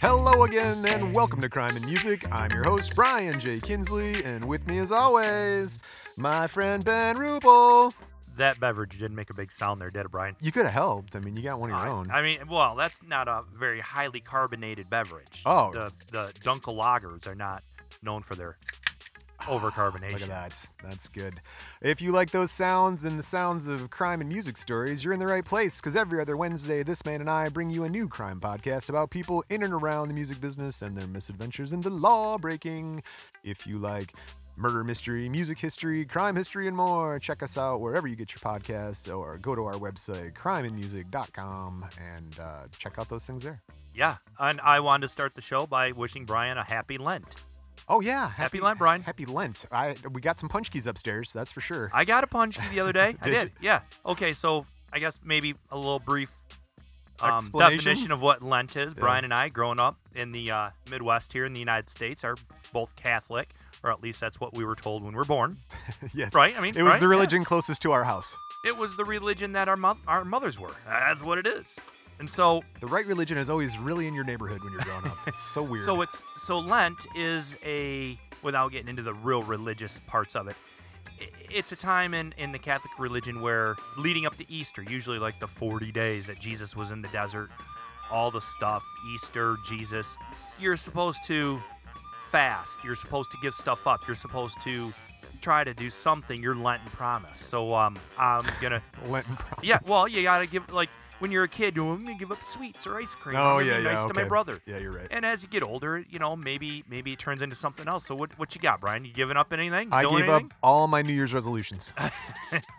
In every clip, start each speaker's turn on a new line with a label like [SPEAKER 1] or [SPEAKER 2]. [SPEAKER 1] Hello again, and welcome to Crime and Music. I'm your host, Brian J. Kinsley, and with me, as always, my friend Ben Rubel.
[SPEAKER 2] That beverage didn't make a big sound there, did it, Brian?
[SPEAKER 1] You could have helped. I mean, you got one of your
[SPEAKER 2] I-
[SPEAKER 1] own.
[SPEAKER 2] I, mean, well, that's not a very highly carbonated beverage.
[SPEAKER 1] Oh.
[SPEAKER 2] The, the Dunkel lagers are not known for their overcarbonation.
[SPEAKER 1] Look at that. That's good. If you like those sounds and the sounds of crime and music stories, you're in the right place because every other Wednesday, this man and I bring you a new crime podcast about people in and around the music business and their misadventures in the law breaking. If you like murder mystery, music history, crime history, and more, check us out wherever you get your podcasts or go to our website, crimeandmusic.com, and uh, check out those things there.
[SPEAKER 2] Yeah. And I wanted to start the show by wishing Brian a happy Lent.
[SPEAKER 1] Oh, yeah.
[SPEAKER 2] Happy Lent, Brian.
[SPEAKER 1] Happy Lent. I, we got some punch keys upstairs, that's for sure.
[SPEAKER 2] I got a punch key the other day. I
[SPEAKER 1] Did
[SPEAKER 2] did. Yeah. Okay. So I guess maybe a little brief um,
[SPEAKER 1] Explanation?
[SPEAKER 2] definition of what Lent is. Brian and I, growing up in the uh, Midwest here in the United States, are both Catholic, or at least that's what we were told when we were born.
[SPEAKER 1] yes.
[SPEAKER 2] Right? I mean,
[SPEAKER 1] it was
[SPEAKER 2] right?
[SPEAKER 1] the
[SPEAKER 2] Yeah.
[SPEAKER 1] religion closest to our house.
[SPEAKER 2] It was the religion that our mo- our mothers were. That's what it is. And so
[SPEAKER 1] The right religion is always really in your neighborhood when you're growing up. It's so weird.
[SPEAKER 2] so it's so Lent is a without getting into the real religious parts of it. i- It's a time in, in the Catholic religion where leading up to Easter, usually like the 40 days that Jesus was in the desert, all the stuff, Easter, Jesus, you're supposed to fast. You're supposed to give stuff up. You're supposed to try to do something your Lenten promise. So um, I'm going to
[SPEAKER 1] Lenten promise.
[SPEAKER 2] Yeah, well, you gotta give like when you're a kid, you want me to give up sweets or ice cream.
[SPEAKER 1] Oh
[SPEAKER 2] I'm gonna
[SPEAKER 1] yeah,
[SPEAKER 2] be
[SPEAKER 1] yeah.
[SPEAKER 2] nice to
[SPEAKER 1] okay.
[SPEAKER 2] my brother.
[SPEAKER 1] Yeah, you're right.
[SPEAKER 2] And as you get older, you know, maybe maybe it turns into something else. So what what you got, Brian? You giving up anything?
[SPEAKER 1] I
[SPEAKER 2] Doing
[SPEAKER 1] gave up
[SPEAKER 2] anything?
[SPEAKER 1] all my New Year's resolutions.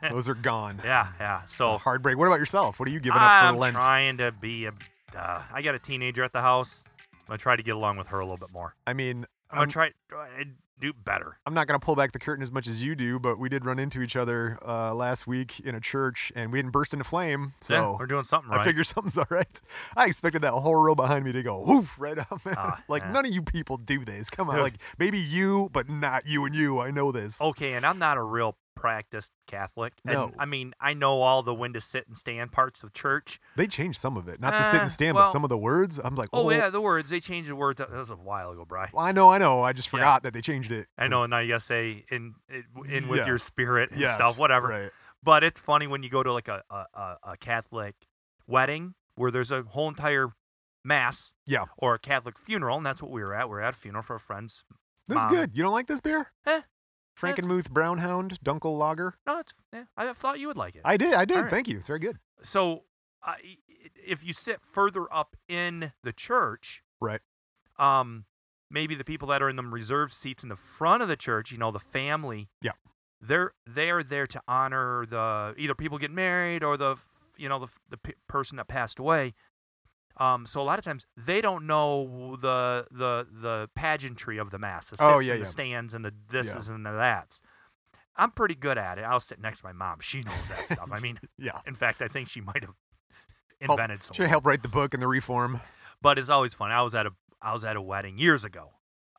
[SPEAKER 1] Those are gone.
[SPEAKER 2] Yeah, yeah. So
[SPEAKER 1] Hard break. What about yourself? What are you giving up
[SPEAKER 2] I'm
[SPEAKER 1] for Lent?
[SPEAKER 2] trying to be a. Uh, I got a teenager at the house. I'm gonna try to get along with her a little bit more.
[SPEAKER 1] I mean,
[SPEAKER 2] I'm
[SPEAKER 1] I'm,
[SPEAKER 2] gonna try try to do better.
[SPEAKER 1] I'm not going to pull back the curtain as much as you do, but we did run into each other uh, last week in a church, and we didn't burst into flame. So
[SPEAKER 2] yeah, we're doing something right.
[SPEAKER 1] I figure something's all right. I expected that whole row behind me to go woof right up. man.
[SPEAKER 2] Ah,
[SPEAKER 1] like
[SPEAKER 2] yeah.
[SPEAKER 1] none of you people do this. Come on,
[SPEAKER 2] Yeah.
[SPEAKER 1] like maybe you, but not you and you. I know this.
[SPEAKER 2] Okay, and I'm not a real practiced Catholic. And,
[SPEAKER 1] No.
[SPEAKER 2] I mean, I know all the when to sit and stand parts of church.
[SPEAKER 1] They changed some of it, not the sit
[SPEAKER 2] Uh,
[SPEAKER 1] and stand, but
[SPEAKER 2] well-
[SPEAKER 1] some of the words. I'm like, oh,
[SPEAKER 2] Oh, yeah, the words. They changed the words. That was a while ago, Bry.
[SPEAKER 1] well, I know, I know. I just
[SPEAKER 2] Yeah.
[SPEAKER 1] forgot that they changed it.
[SPEAKER 2] I know,
[SPEAKER 1] 'cause-
[SPEAKER 2] now you gotta say in in- in with
[SPEAKER 1] Yeah.
[SPEAKER 2] your spirit and
[SPEAKER 1] Yes,
[SPEAKER 2] stuff, whatever.
[SPEAKER 1] Right.
[SPEAKER 2] But it's funny when you go to like a, a a a Catholic wedding where there's a whole entire mass
[SPEAKER 1] Yeah,
[SPEAKER 2] or a Catholic funeral, and that's what we were at. We were at a funeral for a friend's.
[SPEAKER 1] this is
[SPEAKER 2] Mom.
[SPEAKER 1] good. You don't like this beer?
[SPEAKER 2] Um, Eh,
[SPEAKER 1] Frankenmuth Brown Hound Dunkel Lager.
[SPEAKER 2] no, it's. Yeah, I thought you would like it.
[SPEAKER 1] I did, I did.
[SPEAKER 2] All right.
[SPEAKER 1] Thank you. It's very good.
[SPEAKER 2] so, I, if you sit further up in the church,
[SPEAKER 1] Right.
[SPEAKER 2] um, maybe the people that are in the reserved seats in the front of the church, you know, the family.
[SPEAKER 1] Yeah.
[SPEAKER 2] They're they're there to honor the either people getting married or the f- you know the f- the p- person that passed away. Um, so a lot of times they don't know the the the pageantry of the mass, the sits
[SPEAKER 1] Oh, yeah,
[SPEAKER 2] and
[SPEAKER 1] yeah.
[SPEAKER 2] the stands and the thises and the that's. I'm pretty good at it. I'll sit next to my mom. She knows that stuff. I mean,
[SPEAKER 1] Yeah.
[SPEAKER 2] in fact, I think she might have
[SPEAKER 1] Help-
[SPEAKER 2] invented some.
[SPEAKER 1] Should help write the book and the reform.
[SPEAKER 2] But it's always fun. I was at a I was at a wedding years ago.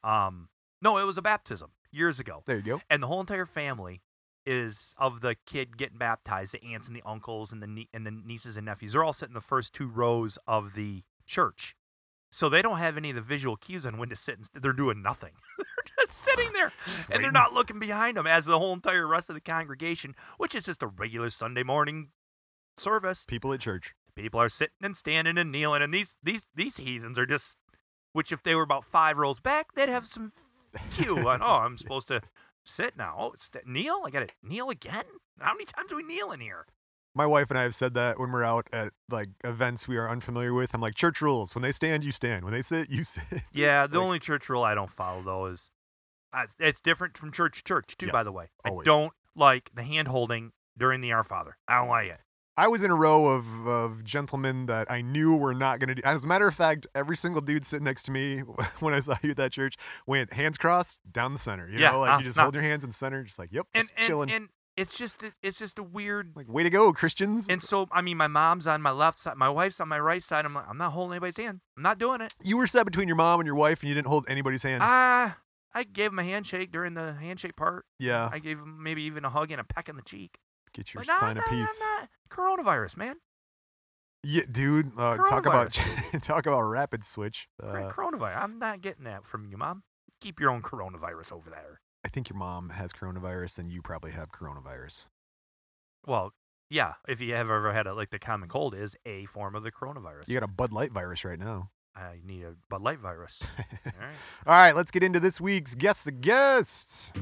[SPEAKER 2] Um, no, it was a baptism years ago,
[SPEAKER 1] There you go.
[SPEAKER 2] and the whole entire family is of the kid getting baptized. The aunts and the uncles and the nie- and the nieces and nephews. They're all sitting in the first two rows of the church, so they don't have any of the visual cues on when to sit. And st- they're doing nothing. they're just sitting there, and
[SPEAKER 1] waiting.
[SPEAKER 2] they're not looking behind them as the whole entire rest of the congregation, which is just a regular Sunday morning service
[SPEAKER 1] People at church.
[SPEAKER 2] people are sitting and standing and kneeling and these these these heathens are just which if they were about five rows back they'd have some cue on oh i'm supposed to sit now oh it's th- kneel i gotta kneel again how many times do we kneel in here
[SPEAKER 1] My wife and I have said that when we're out at like events we are unfamiliar with. I'm like, church rules. When they stand, you stand. When they sit, you sit.
[SPEAKER 2] yeah the
[SPEAKER 1] Like-
[SPEAKER 2] only church rule i don't follow though is uh, it's different from church to church too by
[SPEAKER 1] Yes,
[SPEAKER 2] the way
[SPEAKER 1] always.
[SPEAKER 2] i don't like the hand holding during the our father i don't like it
[SPEAKER 1] I was in a row of, of gentlemen that I knew were not going to do. As a matter of fact, every single dude sitting next to me when I saw you at that church went hands crossed down the center. You
[SPEAKER 2] Yeah,
[SPEAKER 1] know, like
[SPEAKER 2] uh,
[SPEAKER 1] you just
[SPEAKER 2] no.
[SPEAKER 1] hold your hands in the center, just like, yep,
[SPEAKER 2] and
[SPEAKER 1] just
[SPEAKER 2] and,
[SPEAKER 1] chilling.
[SPEAKER 2] and it's just a- it's just a weird.
[SPEAKER 1] like, way to go, Christians.
[SPEAKER 2] And so I mean, my mom's on my left side, my wife's on my right side. I'm like, I'm not holding anybody's hand. I'm not doing it.
[SPEAKER 1] you were set between your mom and your wife and you didn't hold anybody's hand.
[SPEAKER 2] I I gave him a handshake during the handshake part.
[SPEAKER 1] yeah.
[SPEAKER 2] I gave him maybe even a hug and a peck in the cheek.
[SPEAKER 1] Get your
[SPEAKER 2] But no,
[SPEAKER 1] sign
[SPEAKER 2] no,
[SPEAKER 1] of
[SPEAKER 2] no,
[SPEAKER 1] peace.
[SPEAKER 2] no. Coronavirus, man.
[SPEAKER 1] Yeah, dude, uh, talk about talk about rapid switch.
[SPEAKER 2] Cor-
[SPEAKER 1] Uh,
[SPEAKER 2] coronavirus. I'm not getting that from you, mom. Keep your own coronavirus over there.
[SPEAKER 1] I think your mom has coronavirus and you probably have coronavirus.
[SPEAKER 2] Well, yeah. If you have ever had it, like the common cold is a form of the coronavirus.
[SPEAKER 1] You got a Bud Light virus right now.
[SPEAKER 2] I need a Bud Light virus. All right.
[SPEAKER 1] All right, let's get into this week's Guess the Guest.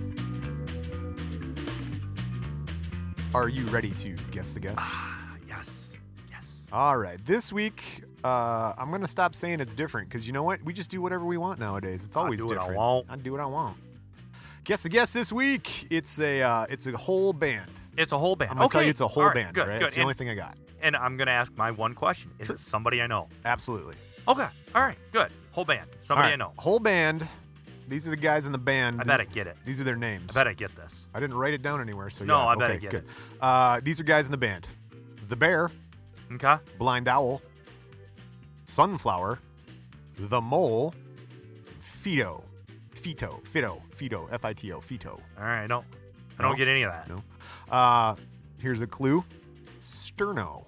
[SPEAKER 1] Are you ready to guess the guest?
[SPEAKER 2] Ah, yes. Yes.
[SPEAKER 1] All right, this week uh, I'm gonna stop saying it's different because you know what? We just do whatever we want nowadays. It's
[SPEAKER 2] I
[SPEAKER 1] always
[SPEAKER 2] do what I
[SPEAKER 1] different.
[SPEAKER 2] want.
[SPEAKER 1] I do what I want. Guess the guest this week. It's a uh, it's a whole band.
[SPEAKER 2] It's a whole band.
[SPEAKER 1] I'm gonna
[SPEAKER 2] okay.
[SPEAKER 1] tell you it's a whole
[SPEAKER 2] All right,
[SPEAKER 1] band.
[SPEAKER 2] Good.
[SPEAKER 1] all right,
[SPEAKER 2] Good.
[SPEAKER 1] it's the
[SPEAKER 2] and,
[SPEAKER 1] only thing I got.
[SPEAKER 2] and I'm gonna ask my one question: Is it somebody I know?
[SPEAKER 1] Absolutely.
[SPEAKER 2] Okay. All right. Good. Whole band. Somebody
[SPEAKER 1] All
[SPEAKER 2] I
[SPEAKER 1] right,
[SPEAKER 2] know.
[SPEAKER 1] Whole band. These are the guys in the band.
[SPEAKER 2] I bet I get it.
[SPEAKER 1] These are their names.
[SPEAKER 2] I bet I get this.
[SPEAKER 1] I didn't write it down anywhere, so
[SPEAKER 2] No,
[SPEAKER 1] yeah.
[SPEAKER 2] I bet I
[SPEAKER 1] okay,
[SPEAKER 2] get
[SPEAKER 1] good. Uh, these are guys in the band: The Bear,
[SPEAKER 2] Okay.
[SPEAKER 1] Blind Owl, Sunflower, The Mole, Fito, Fito, Fito, Fito, F-I-T-O, Fito.
[SPEAKER 2] All right. No. I don't
[SPEAKER 1] No.
[SPEAKER 2] get any of that.
[SPEAKER 1] No. Uh, here's a clue: Sterno,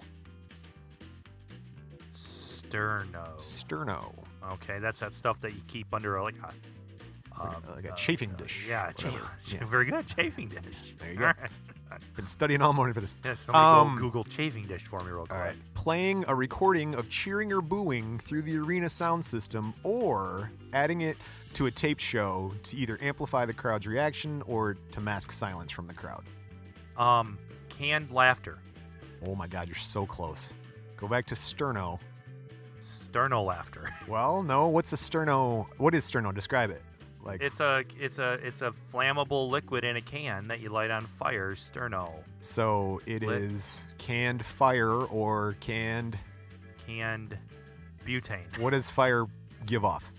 [SPEAKER 2] Sterno.
[SPEAKER 1] Sterno.
[SPEAKER 2] Okay, that's that stuff that you keep under like
[SPEAKER 1] Like
[SPEAKER 2] a
[SPEAKER 1] a-
[SPEAKER 2] um,
[SPEAKER 1] like a
[SPEAKER 2] uh,
[SPEAKER 1] chafing
[SPEAKER 2] uh,
[SPEAKER 1] dish,
[SPEAKER 2] Yeah, a
[SPEAKER 1] whatever.
[SPEAKER 2] cha-
[SPEAKER 1] Yes.
[SPEAKER 2] very good chafing dish.
[SPEAKER 1] There you go.
[SPEAKER 2] All right.
[SPEAKER 1] Been studying all morning for this.
[SPEAKER 2] Yeah, somebody
[SPEAKER 1] Um,
[SPEAKER 2] go Google chafing dish for me real quick.
[SPEAKER 1] All right. Playing a recording of cheering or booing through the arena sound system or adding it to a taped show to either amplify the crowd's reaction or to mask silence from the crowd.
[SPEAKER 2] Um, canned laughter,
[SPEAKER 1] Oh my God, you're so close. Go back to sterno.
[SPEAKER 2] sterno laughter.
[SPEAKER 1] Well, no, what's a sterno? What is sterno? Describe it. Like,
[SPEAKER 2] It's a it's a it's a flammable liquid in a can that you light on fire. Sterno
[SPEAKER 1] so it is
[SPEAKER 2] lit.
[SPEAKER 1] canned fire or canned.
[SPEAKER 2] canned butane,
[SPEAKER 1] What does fire give off?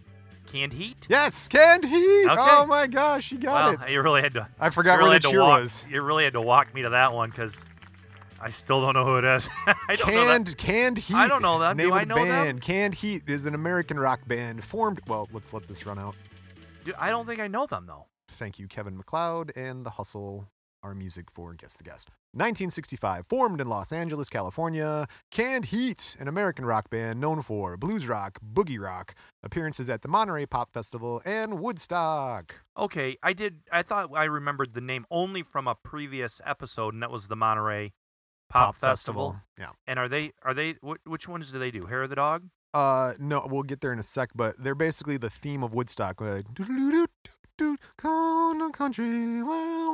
[SPEAKER 2] canned heat.
[SPEAKER 1] Yes, canned heat.
[SPEAKER 2] Okay.
[SPEAKER 1] Oh my gosh, you got
[SPEAKER 2] well,
[SPEAKER 1] it.
[SPEAKER 2] you really had to.
[SPEAKER 1] I
[SPEAKER 2] You
[SPEAKER 1] forgot
[SPEAKER 2] really
[SPEAKER 1] where
[SPEAKER 2] had
[SPEAKER 1] the
[SPEAKER 2] to
[SPEAKER 1] cheer
[SPEAKER 2] walk.
[SPEAKER 1] was.
[SPEAKER 2] You really had to walk me to that one because I still don't know who it is. I don't know that.
[SPEAKER 1] Canned Canned Heat.
[SPEAKER 2] I don't know
[SPEAKER 1] is the
[SPEAKER 2] them. Do
[SPEAKER 1] name of
[SPEAKER 2] I
[SPEAKER 1] the
[SPEAKER 2] know them?
[SPEAKER 1] band. Canned Heat is an American rock band formed. Well, let's let this run out.
[SPEAKER 2] Dude, I don't think I know them though.
[SPEAKER 1] Thank you, Kevin McLeod and The Hustle, our music for Guess the Guest. 1965, formed in Los Angeles, California. Canned Heat, an American rock band known for blues rock, boogie rock, appearances at the Monterey Pop Festival, and Woodstock.
[SPEAKER 2] Okay, I did. I thought I remembered the name only from a previous episode, and that was the Monterey Pop, Festival.
[SPEAKER 1] Yeah.
[SPEAKER 2] And are they are they wh- which ones do they do? Hair of the dog.
[SPEAKER 1] Uh, no, we'll get there in a sec, but they're basically the theme of Woodstock. We're like, "Doo-doo-doo-doo-doo, gonna country where I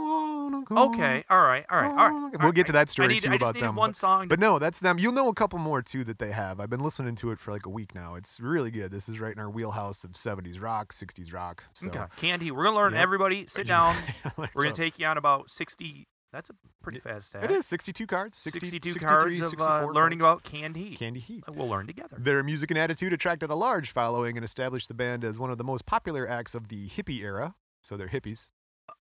[SPEAKER 1] wanna go."
[SPEAKER 2] Okay, all right, all right, all right.
[SPEAKER 1] Oh, okay.
[SPEAKER 2] all
[SPEAKER 1] We'll
[SPEAKER 2] right,
[SPEAKER 1] get to
[SPEAKER 2] I-
[SPEAKER 1] that story
[SPEAKER 2] I need,
[SPEAKER 1] too
[SPEAKER 2] I just
[SPEAKER 1] about
[SPEAKER 2] needed
[SPEAKER 1] them.
[SPEAKER 2] one
[SPEAKER 1] but,
[SPEAKER 2] song,
[SPEAKER 1] but no, that's them. You'll know a couple more too that they have. I've been listening to it for like a week now. It's really good. This is right in our wheelhouse of 70s rock, 60s rock. So.
[SPEAKER 2] okay, Candy. We're gonna learn
[SPEAKER 1] Yep.
[SPEAKER 2] everybody. Sit down.
[SPEAKER 1] Like,
[SPEAKER 2] We're gonna
[SPEAKER 1] so-
[SPEAKER 2] take you on about sixty. That's a pretty fast.
[SPEAKER 1] It is 62 cards, 60,
[SPEAKER 2] 62
[SPEAKER 1] 63,
[SPEAKER 2] cards of
[SPEAKER 1] 64
[SPEAKER 2] uh, learning
[SPEAKER 1] cards.
[SPEAKER 2] about Candy.
[SPEAKER 1] Candy Heat.
[SPEAKER 2] We'll learn together.
[SPEAKER 1] Their music and attitude attracted a large following and established the band as one of the most popular acts of the hippie era. So they're hippies.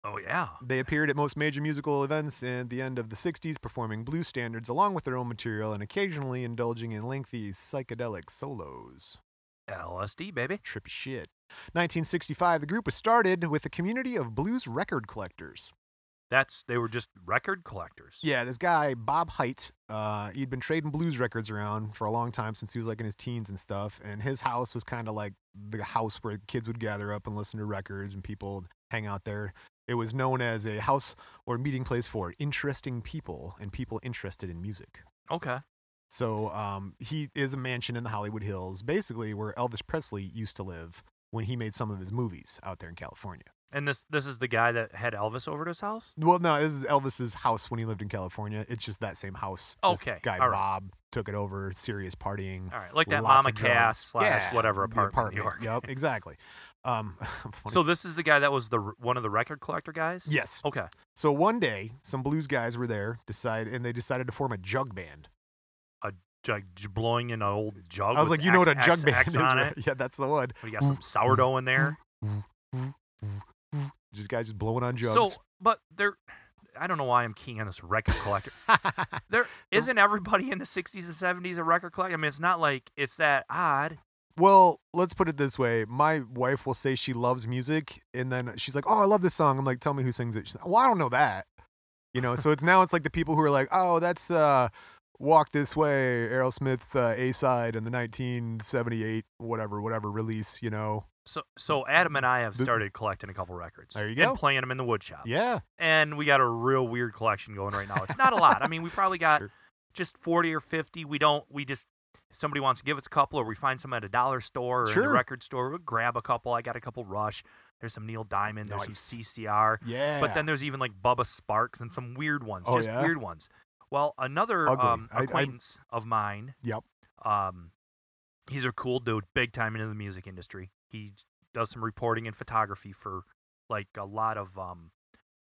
[SPEAKER 2] Oh yeah.
[SPEAKER 1] They appeared at most major musical events at the end of the 60s, performing blues standards along with their own material and occasionally indulging in lengthy psychedelic solos.
[SPEAKER 2] LSD baby.
[SPEAKER 1] Trippy shit. 1965, the group was started with a community of blues record collectors.
[SPEAKER 2] That's they were just record collectors.
[SPEAKER 1] Yeah, this guy, Bob Height, uh, he'd been trading blues records around for a long time since he was like in his teens and stuff. And his house was kind of like the house where kids would gather up and listen to records and people would hang out there. It was known as a house or meeting place for interesting people and people interested in music.
[SPEAKER 2] Okay.
[SPEAKER 1] So um, he is a mansion in the Hollywood Hills, basically where Elvis Presley used to live when he made some of his movies out there in California.
[SPEAKER 2] And this this is the guy that had Elvis over to his house.
[SPEAKER 1] Well, no, this is Elvis's house when he lived in California. It's just that same house. This
[SPEAKER 2] Okay,
[SPEAKER 1] guy
[SPEAKER 2] all right.
[SPEAKER 1] Bob took it over. Serious partying.
[SPEAKER 2] All right, like that
[SPEAKER 1] Mm. lots
[SPEAKER 2] Mama
[SPEAKER 1] of drugs.
[SPEAKER 2] Cass slash
[SPEAKER 1] Yeah,
[SPEAKER 2] whatever
[SPEAKER 1] the
[SPEAKER 2] apartment in New
[SPEAKER 1] apartment.
[SPEAKER 2] York.
[SPEAKER 1] Yep, exactly. Um, funny.
[SPEAKER 2] So this is the guy that was the r- one of the record collector guys.
[SPEAKER 1] yes.
[SPEAKER 2] Okay.
[SPEAKER 1] So one day, some blues guys were there, decide, and they decided to form a jug band.
[SPEAKER 2] jug, j- blowing in an old jug.
[SPEAKER 1] I was
[SPEAKER 2] Oh, with
[SPEAKER 1] like, you know what a
[SPEAKER 2] X-
[SPEAKER 1] jug band
[SPEAKER 2] XX
[SPEAKER 1] is,
[SPEAKER 2] on
[SPEAKER 1] right?
[SPEAKER 2] it.
[SPEAKER 1] Yeah, that's the one.
[SPEAKER 2] We got some sourdough in there.
[SPEAKER 1] Just guys just blowing on jugs.
[SPEAKER 2] So, but there, I don't know why I'm keying on this record collector. there isn't everybody in the '60s and '70s a record collector. I mean, it's not like it's that odd.
[SPEAKER 1] Well, let's put it this way. My wife will say she loves music, and then she's like, "Oh, I love this song." I'm like, "Tell me who sings it." She's like, "Well, I don't know that." You know, so it's now it's like the people who are like, "Oh, that's uh, Walk This Way, Aerosmith uh, A side, and the 1978 whatever whatever release." You know,
[SPEAKER 2] So, so Adam and I have
[SPEAKER 1] The-
[SPEAKER 2] started collecting a couple records.
[SPEAKER 1] There you go.
[SPEAKER 2] And playing them in the woodshop.
[SPEAKER 1] yeah,
[SPEAKER 2] And we got a real weird collection going right now. It's not a lot. I mean, we probably got
[SPEAKER 1] Sure.
[SPEAKER 2] just 40 or 50. We don't, we just, if somebody wants to give us a couple or we find some at a dollar store or in
[SPEAKER 1] Sure.
[SPEAKER 2] the record store, we'll grab a couple. I got a couple Rush. There's some Neil Diamond. There's
[SPEAKER 1] Nice.
[SPEAKER 2] some CCR.
[SPEAKER 1] yeah.
[SPEAKER 2] But then there's even like Bubba Sparks and some weird ones,
[SPEAKER 1] Oh,
[SPEAKER 2] just
[SPEAKER 1] yeah?
[SPEAKER 2] weird ones. Well, another
[SPEAKER 1] Ugly.
[SPEAKER 2] um,
[SPEAKER 1] I- I-
[SPEAKER 2] acquaintance of mine.
[SPEAKER 1] Yep.
[SPEAKER 2] Um, he's a cool dude, big time into the music industry. He does some reporting and photography for like a lot of um,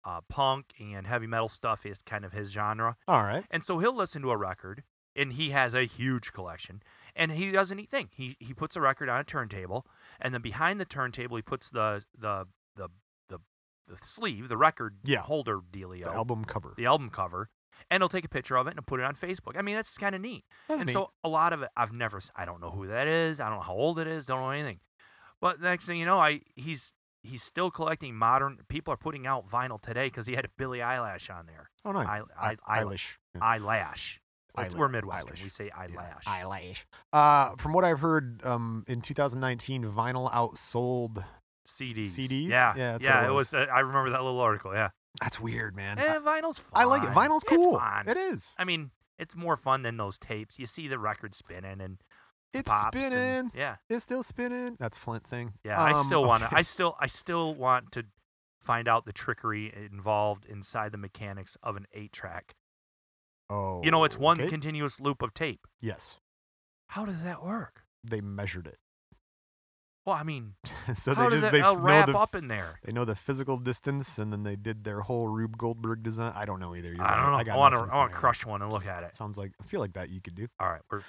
[SPEAKER 2] uh, punk and heavy metal stuff. Is kind of his genre,
[SPEAKER 1] all right,
[SPEAKER 2] and so he'll listen to a record, and he has a huge collection. And he does anything. He he puts a record on a turntable, and then behind the turntable he puts the the the the, the sleeve, the record
[SPEAKER 1] Yeah.
[SPEAKER 2] holder dealio,
[SPEAKER 1] the album cover.
[SPEAKER 2] the album cover, and he'll take a picture of it and put it on Facebook. I mean, that's kind of neat.
[SPEAKER 1] That's
[SPEAKER 2] and
[SPEAKER 1] neat.
[SPEAKER 2] so a lot of it, I've never, s- I don't know who that is. I don't know how old it is. Don't know anything. But next thing you know, I he's he's still collecting modern. People are putting out vinyl today because he had a Billie Eyelash on there.
[SPEAKER 1] oh, nice.
[SPEAKER 2] I, I, Eyelash.
[SPEAKER 1] Eilish. Yeah.
[SPEAKER 2] Eyelash. It's-
[SPEAKER 1] Eyelash.
[SPEAKER 2] We're Midwestern.
[SPEAKER 1] Eyelash.
[SPEAKER 2] We say eyelash.
[SPEAKER 1] Eyelash. Uh, from what I've heard, um, in 2019, vinyl outsold.
[SPEAKER 2] CDs.
[SPEAKER 1] CDs?
[SPEAKER 2] Yeah.
[SPEAKER 1] Yeah, that's what
[SPEAKER 2] yeah
[SPEAKER 1] it
[SPEAKER 2] it
[SPEAKER 1] was.
[SPEAKER 2] was. uh, I remember that little article. Yeah.
[SPEAKER 1] That's weird, man.
[SPEAKER 2] Eh, vinyl's fun.
[SPEAKER 1] I like it. Vinyl's cool.
[SPEAKER 2] It's fun.
[SPEAKER 1] It is.
[SPEAKER 2] I mean, it's more fun than those tapes. You see the record spinning and the
[SPEAKER 1] It's
[SPEAKER 2] pops and-
[SPEAKER 1] spinning.
[SPEAKER 2] yeah.
[SPEAKER 1] It's still spinning. That's Flint thing.
[SPEAKER 2] Yeah, I
[SPEAKER 1] Um,
[SPEAKER 2] still want to.
[SPEAKER 1] okay.
[SPEAKER 2] I still, I still want to find out the trickery involved inside the mechanics of an eight-track.
[SPEAKER 1] Oh,
[SPEAKER 2] You know, it's one
[SPEAKER 1] okay.
[SPEAKER 2] continuous loop of tape.
[SPEAKER 1] yes,
[SPEAKER 2] How does that work?
[SPEAKER 1] they measured it,
[SPEAKER 2] Well, I mean,
[SPEAKER 1] so
[SPEAKER 2] how
[SPEAKER 1] they just
[SPEAKER 2] does that
[SPEAKER 1] they
[SPEAKER 2] all
[SPEAKER 1] f- know
[SPEAKER 2] wrap
[SPEAKER 1] the
[SPEAKER 2] up in there?
[SPEAKER 1] they know the physical distance, and then they did their whole Rube Goldberg design. I don't know either. You're right.
[SPEAKER 2] I don't know. I,
[SPEAKER 1] got
[SPEAKER 2] want to.
[SPEAKER 1] nothing
[SPEAKER 2] I want
[SPEAKER 1] for
[SPEAKER 2] to
[SPEAKER 1] you.
[SPEAKER 2] crush one and look at it.
[SPEAKER 1] Sounds like I feel like that you could do.
[SPEAKER 2] All right, we're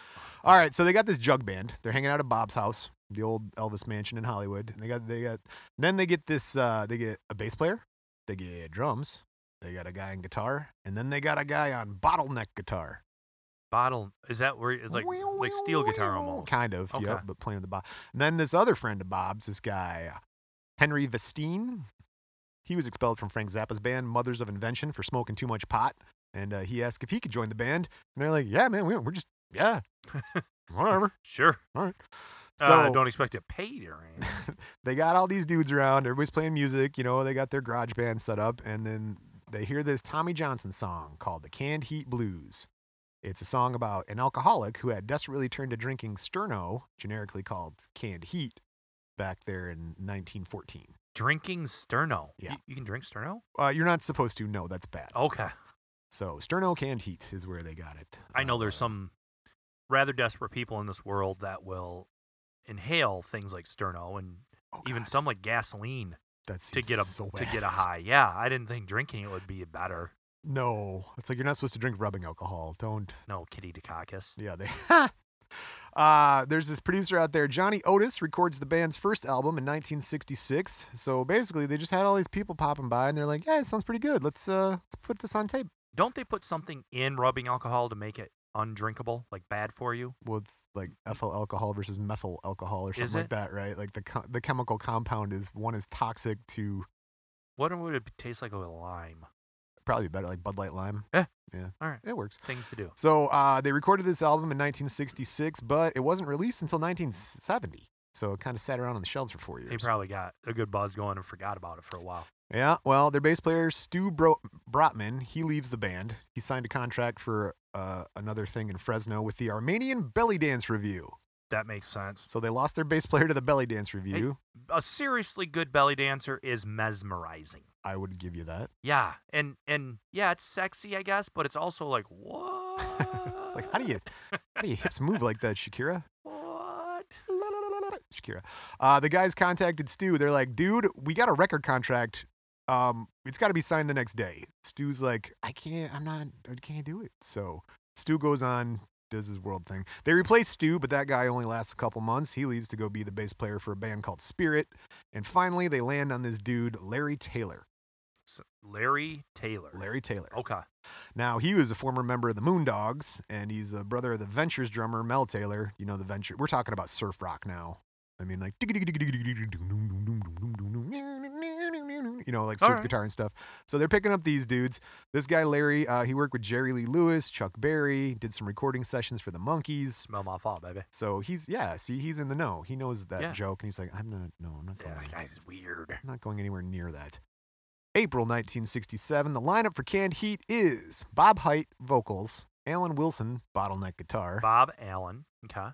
[SPEAKER 1] All right, so they got this jug band. They're hanging out at Bob's house, the old Elvis mansion in Hollywood. And they got they got then they get this uh they get a bass player, they get drums, they got a guy on guitar, and then they got a guy on bottleneck guitar.
[SPEAKER 2] bottle. Is that where it's like like steel guitar almost?
[SPEAKER 1] Kind of,
[SPEAKER 2] Okay.
[SPEAKER 1] yep, but playing the Bob. And then this other friend of Bob's, this guy, Henry Vestine, he was expelled from Frank Zappa's band, Mothers of Invention, for smoking too much pot. And uh, he asked if he could join the band. And they're like, yeah, man, we, we're just, yeah, whatever.
[SPEAKER 2] Sure.
[SPEAKER 1] So
[SPEAKER 2] uh, don't expect it paid or anything.
[SPEAKER 1] they got all these dudes around. Everybody's playing music. You know, they got their garage band set up. And then they hear this Tommy Johnson song called The Canned Heat Blues. It's a song about an alcoholic who had desperately turned to drinking Sterno, generically called canned heat, back there in 1914.
[SPEAKER 2] Drinking Sterno.
[SPEAKER 1] Yeah.
[SPEAKER 2] You, you can drink Sterno.
[SPEAKER 1] Uh, you're not supposed to. No, that's bad.
[SPEAKER 2] Okay.
[SPEAKER 1] So Sterno canned heat is where they got it.
[SPEAKER 2] I know
[SPEAKER 1] Uh,
[SPEAKER 2] there's some rather desperate people in this world that will inhale things like sterno and
[SPEAKER 1] oh,
[SPEAKER 2] even
[SPEAKER 1] God,
[SPEAKER 2] some like gasoline
[SPEAKER 1] that
[SPEAKER 2] to
[SPEAKER 1] seems
[SPEAKER 2] get a
[SPEAKER 1] so
[SPEAKER 2] to get a
[SPEAKER 1] bad.
[SPEAKER 2] high. Yeah, I didn't think drinking it would be better.
[SPEAKER 1] No, it's like you're not supposed to drink rubbing alcohol. Don't
[SPEAKER 2] No, Kitty Dukakis.
[SPEAKER 1] Yeah, they. uh, there's this producer out there, Johnny Otis, records the band's first album in 1966. So basically, they just had all these people popping by, and they're like, "Yeah, it sounds pretty good. Let's uh, let's put this on tape."
[SPEAKER 2] Don't they put something in rubbing alcohol to make it undrinkable, like bad for you?
[SPEAKER 1] Well, it's like ethyl alcohol versus methyl alcohol or
[SPEAKER 2] Is
[SPEAKER 1] something like
[SPEAKER 2] it?
[SPEAKER 1] that, right? Like the co- the chemical compound is one is toxic to
[SPEAKER 2] What would it taste like with lime?
[SPEAKER 1] probably better like Bud Light Lime.
[SPEAKER 2] Yeah.
[SPEAKER 1] yeah,
[SPEAKER 2] All right,
[SPEAKER 1] it works.
[SPEAKER 2] things to do.
[SPEAKER 1] So uh, they recorded this album in 1966, but it wasn't released until 1970. So it kind of sat around on the shelves for four years.
[SPEAKER 2] They probably got a good buzz going and forgot about it for a while.
[SPEAKER 1] Yeah, well, their bass player Stu Bro- Brotman, he leaves the band. He signed a contract for uh, another thing in Fresno with the Armenian Belly Dance Review.
[SPEAKER 2] That makes sense.
[SPEAKER 1] So they lost their bass player to the Belly Dance Review.
[SPEAKER 2] A seriously good belly dancer is mesmerizing.
[SPEAKER 1] I would give you that.
[SPEAKER 2] Yeah, and and yeah, it's sexy, I guess, but it's also like what?
[SPEAKER 1] Like, how do you, how do you hips move like that, Shakira?
[SPEAKER 2] What?
[SPEAKER 1] La, la, la, la, la, Shakira. Uh, the guys contacted Stu. They're like, dude, we got a record contract. Um, it's got to be signed the next day. Stu's like, I can't. I'm not. I can't do it. So Stu goes on does his world thing. They replace Stu, but that guy only lasts a couple months. He leaves to go be the bass player for a band called Spirit. And finally, they land on this dude, Larry Taylor.
[SPEAKER 2] S- Larry Taylor.
[SPEAKER 1] Larry Taylor.
[SPEAKER 2] Okay.
[SPEAKER 1] Now, he was a former member of the Moondogs, and he's a brother of the Ventures drummer, Mel Taylor. You know, the Venture. We're talking about surf rock now. I mean, like, you know, like
[SPEAKER 2] All
[SPEAKER 1] surf
[SPEAKER 2] right.
[SPEAKER 1] guitar and stuff. So they're picking up these dudes. This guy, Larry, uh, he worked with Jerry Lee Lewis, Chuck Berry, did some recording sessions for the Monkees.
[SPEAKER 2] Smell my fault, baby.
[SPEAKER 1] So he's yeah, see, he's in the know. He knows that
[SPEAKER 2] Yeah.
[SPEAKER 1] joke, and he's like, I'm not, no, I'm not going.
[SPEAKER 2] Yeah, that guy's weird.
[SPEAKER 1] I'm not going anywhere near that. April 1967, the lineup for Canned Heat is Bob Hite vocals, Alan Wilson bottleneck guitar,
[SPEAKER 2] Bob Allen. Okay.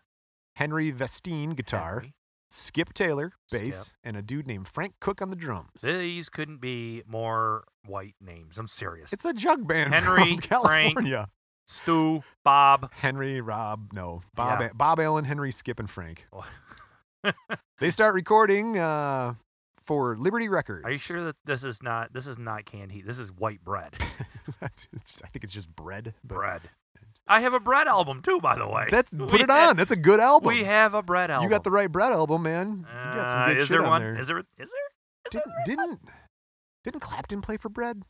[SPEAKER 1] Henry Vestine guitar,
[SPEAKER 2] Henry.
[SPEAKER 1] Skip Taylor bass,
[SPEAKER 2] Skip.
[SPEAKER 1] and a dude named Frank Cook on the drums.
[SPEAKER 2] These couldn't be more white names. I'm serious.
[SPEAKER 1] It's a jug band from
[SPEAKER 2] Henry, Frank.
[SPEAKER 1] California.
[SPEAKER 2] Stu, Bob.
[SPEAKER 1] Henry, Rob, no, Bob,
[SPEAKER 2] Yeah.
[SPEAKER 1] Bob Allen, Henry, Skip, and Frank.
[SPEAKER 2] Oh,
[SPEAKER 1] They start recording uh, for Liberty Records.
[SPEAKER 2] Are you sure that this is not this is not canned heat? This is white bread.
[SPEAKER 1] That's- it's- I think it's just bread. but-
[SPEAKER 2] bread. I have a bread album too, by the way.
[SPEAKER 1] That's
[SPEAKER 2] We
[SPEAKER 1] put it
[SPEAKER 2] have-
[SPEAKER 1] on. That's a good album.
[SPEAKER 2] We have a bread album.
[SPEAKER 1] You got the right bread album, man. You got some
[SPEAKER 2] Uh,
[SPEAKER 1] good
[SPEAKER 2] is
[SPEAKER 1] shit
[SPEAKER 2] there
[SPEAKER 1] on
[SPEAKER 2] one?
[SPEAKER 1] there.
[SPEAKER 2] Is there? Is there? Is there
[SPEAKER 1] didn't didn't didn't Clapton play for bread?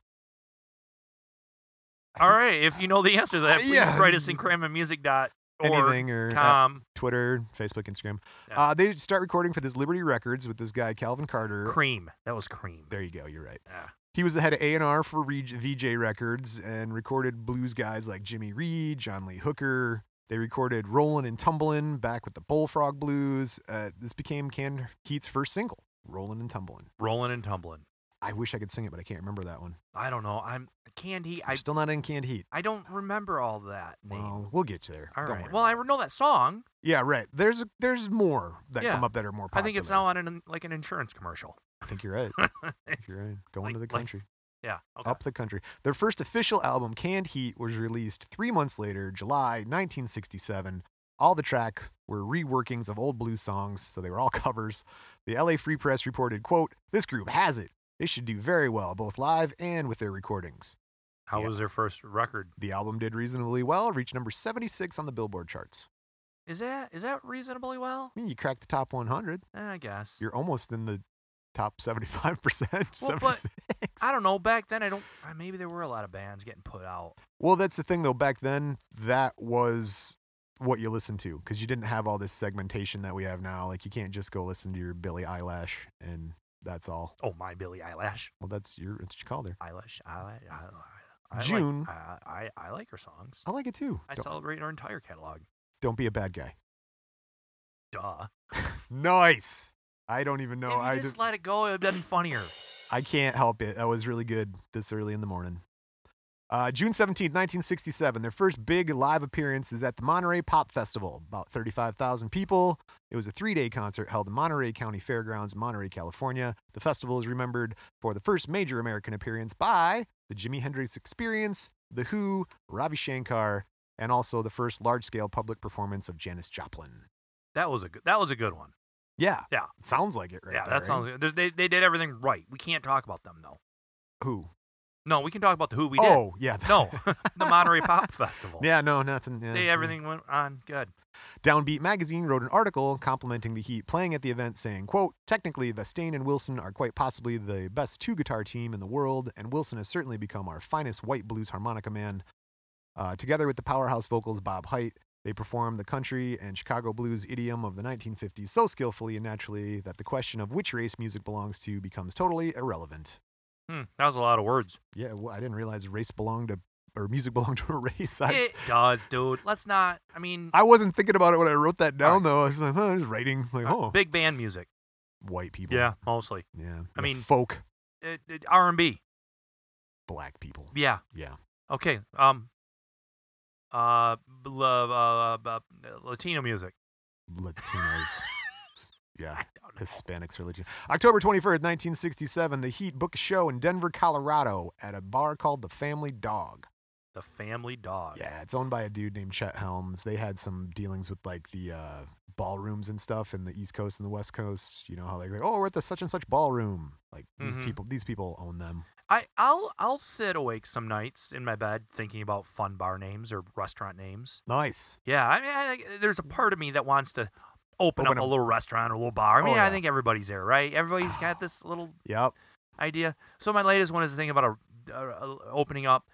[SPEAKER 2] All right. If you know the answer to that, please
[SPEAKER 1] Yeah.
[SPEAKER 2] write us in cramandmusic.org.
[SPEAKER 1] Anything or uh,
[SPEAKER 2] com.
[SPEAKER 1] Twitter, Facebook, Instagram.
[SPEAKER 2] Yeah.
[SPEAKER 1] Uh, they start recording for this Liberty Records with this guy Calvin Carter.
[SPEAKER 2] cream. That was cream.
[SPEAKER 1] There you go. You're right.
[SPEAKER 2] Yeah.
[SPEAKER 1] He was the head of A&R for Re- VJ Records and recorded blues guys like Jimmy Reed, John Lee Hooker. They recorded Rollin' and Tumblin' back with the Bullfrog Blues. Uh, this became Can Heat's first single, Rollin' and Tumblin'.
[SPEAKER 2] Rolling and tumbling.
[SPEAKER 1] I wish I could sing it, but I can't remember that one.
[SPEAKER 2] I don't know. I'm candy.
[SPEAKER 1] I'm
[SPEAKER 2] I
[SPEAKER 1] still not in Canned Heat.
[SPEAKER 2] I don't remember all that name.
[SPEAKER 1] Well, we'll get you there.
[SPEAKER 2] all
[SPEAKER 1] Don't
[SPEAKER 2] right.
[SPEAKER 1] worry.
[SPEAKER 2] Well, I know that song.
[SPEAKER 1] yeah, right. There's there's more that
[SPEAKER 2] Yeah.
[SPEAKER 1] come up that are more popular.
[SPEAKER 2] I think it's now on an, like an insurance commercial.
[SPEAKER 1] I think you're right. I think you're right. Going
[SPEAKER 2] Like-
[SPEAKER 1] to the
[SPEAKER 2] like-
[SPEAKER 1] country,
[SPEAKER 2] yeah. Okay.
[SPEAKER 1] up the country. Their first official album, Canned Heat, was released three months later, July 1967. All the tracks were reworkings of old blues songs, so they were all covers. The LA Free Press reported, "quote This group has it. They should do very well, both live and with their recordings."
[SPEAKER 2] How
[SPEAKER 1] Yeah.
[SPEAKER 2] was their first record?
[SPEAKER 1] The album did reasonably well, reached number 76 on the Billboard charts.
[SPEAKER 2] Is that is that reasonably well?
[SPEAKER 1] I mean, you cracked the top 100.
[SPEAKER 2] Eh, I guess.
[SPEAKER 1] you're almost in the top 75 percent
[SPEAKER 2] Well, but
[SPEAKER 1] 76
[SPEAKER 2] I don't know. Back then, I don't. I- Maybe there were a lot of bands getting put out.
[SPEAKER 1] well that's the thing though back then that was what you listened to because you didn't have all this segmentation that we have now like you can't just go listen to your billy eyelash and that's all
[SPEAKER 2] Oh my, Billie Eyelash,
[SPEAKER 1] well that's your it's what you call there
[SPEAKER 2] Eyelash, Eyelash. I, I, I
[SPEAKER 1] June.
[SPEAKER 2] Like, I, I I like her songs.
[SPEAKER 1] i like it too
[SPEAKER 2] I
[SPEAKER 1] don't,
[SPEAKER 2] celebrate her entire catalog.
[SPEAKER 1] don't be a bad guy
[SPEAKER 2] Duh.
[SPEAKER 1] nice i don't even know
[SPEAKER 2] if you
[SPEAKER 1] i
[SPEAKER 2] just
[SPEAKER 1] just-
[SPEAKER 2] let it go, it doesn't funnier.
[SPEAKER 1] I can't help it. That was really good this early in the morning. Uh, June 17th, 1967, their first big live appearance is at the Monterey Pop Festival. About 35,000 people. It was a three day concert held in Monterey County Fairgrounds, Monterey, California. The festival is remembered for the first major American appearance by the Jimi Hendrix Experience, The Who, Ravi Shankar, and also the first large scale public performance of Janis Joplin.
[SPEAKER 2] That was a good. That was a good one.
[SPEAKER 1] Yeah.
[SPEAKER 2] Yeah.
[SPEAKER 1] Sounds like it, right? there,
[SPEAKER 2] yeah,
[SPEAKER 1] eh?
[SPEAKER 2] that
[SPEAKER 1] right?
[SPEAKER 2] sounds. good. There's- They they did everything right. We can't talk about them though.
[SPEAKER 1] Who?
[SPEAKER 2] No, we can talk about the Who we did.
[SPEAKER 1] oh, yeah.
[SPEAKER 2] No, the Monterey Pop Festival.
[SPEAKER 1] Yeah, no, nothing. Yeah,
[SPEAKER 2] They
[SPEAKER 1] yeah.
[SPEAKER 2] everything went on good.
[SPEAKER 1] Downbeat magazine wrote an article complimenting the Heat playing at the event, saying, quote, Technically, Vestaine and Wilson are quite possibly the best two-guitar team in the world, and Wilson has certainly become our finest white blues harmonica man. Uh, together with the powerhouse vocals Bob Hite, they perform the country and Chicago blues idiom of the 1950s so skillfully and naturally that the question of which race music belongs to becomes totally irrelevant.
[SPEAKER 2] Hmm, that was a lot of words.
[SPEAKER 1] Yeah, well, I didn't realize race belonged to, or music belonged to a race. I,
[SPEAKER 2] It
[SPEAKER 1] just-
[SPEAKER 2] does, dude. Let's not. I mean,
[SPEAKER 1] I wasn't thinking about it when I wrote that down,
[SPEAKER 2] Alright.
[SPEAKER 1] though. I was like, huh, I was writing, like,
[SPEAKER 2] uh,
[SPEAKER 1] oh.
[SPEAKER 2] big band music.
[SPEAKER 1] white people.
[SPEAKER 2] Yeah, mostly.
[SPEAKER 1] Yeah.
[SPEAKER 2] I
[SPEAKER 1] the
[SPEAKER 2] mean-
[SPEAKER 1] folk
[SPEAKER 2] It, it, R&B.
[SPEAKER 1] black people.
[SPEAKER 2] Yeah.
[SPEAKER 1] Yeah.
[SPEAKER 2] Okay. Um. Uh, bl- uh, uh, uh, Latino music.
[SPEAKER 1] Latinos. yeah.
[SPEAKER 2] I don't know.
[SPEAKER 1] Hispanics religion. October 21st, 1967, the Heat book a show in Denver, Colorado at a bar called The Family Dog.
[SPEAKER 2] The Family Dog.
[SPEAKER 1] Yeah, it's owned by a dude named Chet Helms. They had some dealings with like the uh, ballrooms and stuff in the East Coast and the West Coast. You know how they're like, oh, we're at the such and such ballroom. Like these
[SPEAKER 2] Mhm.
[SPEAKER 1] people, these people own them.
[SPEAKER 2] I I'll I'll sit awake some nights in my bed thinking about fun bar names or restaurant names.
[SPEAKER 1] Nice.
[SPEAKER 2] Yeah, I mean, I, there's a part of me that wants to
[SPEAKER 1] Open
[SPEAKER 2] open, up a
[SPEAKER 1] a-
[SPEAKER 2] little restaurant or a little bar. I mean,
[SPEAKER 1] Oh,
[SPEAKER 2] I
[SPEAKER 1] yeah.
[SPEAKER 2] think everybody's there, right? Everybody's got this little
[SPEAKER 1] Yep.
[SPEAKER 2] idea. So my latest one is the thing about a, a, a- opening up.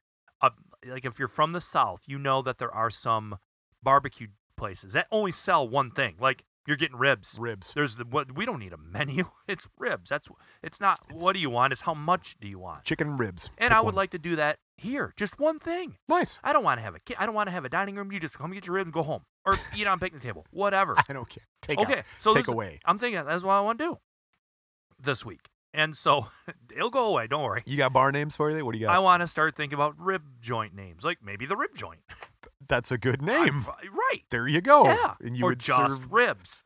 [SPEAKER 2] A, like if you're from the South, you know that there are some barbecue places that only sell one thing. Like you're getting ribs.
[SPEAKER 1] Ribs.
[SPEAKER 2] There's the what we don't need a menu. It's ribs. That's it's not what do you want. It's how much do you want.
[SPEAKER 1] Chicken ribs.
[SPEAKER 2] And
[SPEAKER 1] Pick
[SPEAKER 2] I
[SPEAKER 1] one.
[SPEAKER 2] would like to do that here. Just one thing.
[SPEAKER 1] Nice.
[SPEAKER 2] I don't want to have a ki I don't want to have a dining room. You just come get your ribs and go home, or eat on picnic table. Whatever.
[SPEAKER 1] I don't care. Take
[SPEAKER 2] okay.
[SPEAKER 1] Out.
[SPEAKER 2] So
[SPEAKER 1] take
[SPEAKER 2] this-
[SPEAKER 1] away.
[SPEAKER 2] I'm thinking that's what I want to do this week, and so it'll go away. Don't worry.
[SPEAKER 1] You got bar names for you? What do you got?
[SPEAKER 2] I want to start thinking about rib joint names, like maybe the rib joint.
[SPEAKER 1] That's a good name.
[SPEAKER 2] I'm- right?
[SPEAKER 1] There you go.
[SPEAKER 2] yeah.
[SPEAKER 1] Oh, And you
[SPEAKER 2] or
[SPEAKER 1] would
[SPEAKER 2] just
[SPEAKER 1] serve.
[SPEAKER 2] ribs.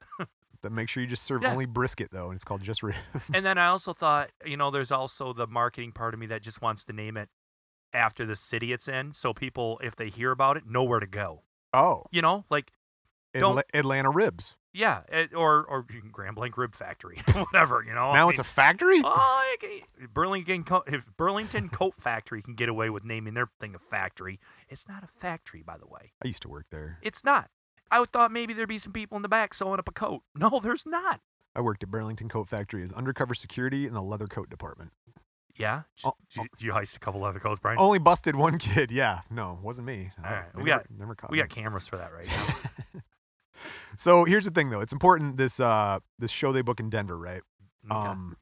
[SPEAKER 1] Then make sure you just serve
[SPEAKER 2] Yeah.
[SPEAKER 1] only brisket though, and it's called just ribs.
[SPEAKER 2] and then I also thought, you know, there's also the marketing part of me that just wants to name it after the city it's in, so people, if they hear about it, know where to go.
[SPEAKER 1] oh,
[SPEAKER 2] You know, like Don't-
[SPEAKER 1] Atla- Atlanta ribs.
[SPEAKER 2] yeah, it, or or you can Grand Blanc Rib Factory, whatever. You know, I
[SPEAKER 1] now it's a
[SPEAKER 2] mean,
[SPEAKER 1] factory.
[SPEAKER 2] Oh, okay. Burlington Co- if Burlington Coat Factory can get away with naming their thing a factory, it's not a factory, by the way.
[SPEAKER 1] I used to work there.
[SPEAKER 2] It's not. I would thought maybe there'd be some people in the back sewing up a coat. No, there's not.
[SPEAKER 1] I worked at Burlington Coat Factory as undercover security in the leather coat department.
[SPEAKER 2] Yeah,
[SPEAKER 1] Oh,
[SPEAKER 2] Did you, did you heist a couple other coats, Brian.
[SPEAKER 1] Only busted one kid. Yeah, no, wasn't me. I-
[SPEAKER 2] All right,
[SPEAKER 1] they
[SPEAKER 2] we
[SPEAKER 1] never,
[SPEAKER 2] got-
[SPEAKER 1] never caught
[SPEAKER 2] we
[SPEAKER 1] me.
[SPEAKER 2] got cameras for that right now.
[SPEAKER 1] So here's the thing, though. It's important this uh this show they book in Denver, right?
[SPEAKER 2] Okay.
[SPEAKER 1] Um,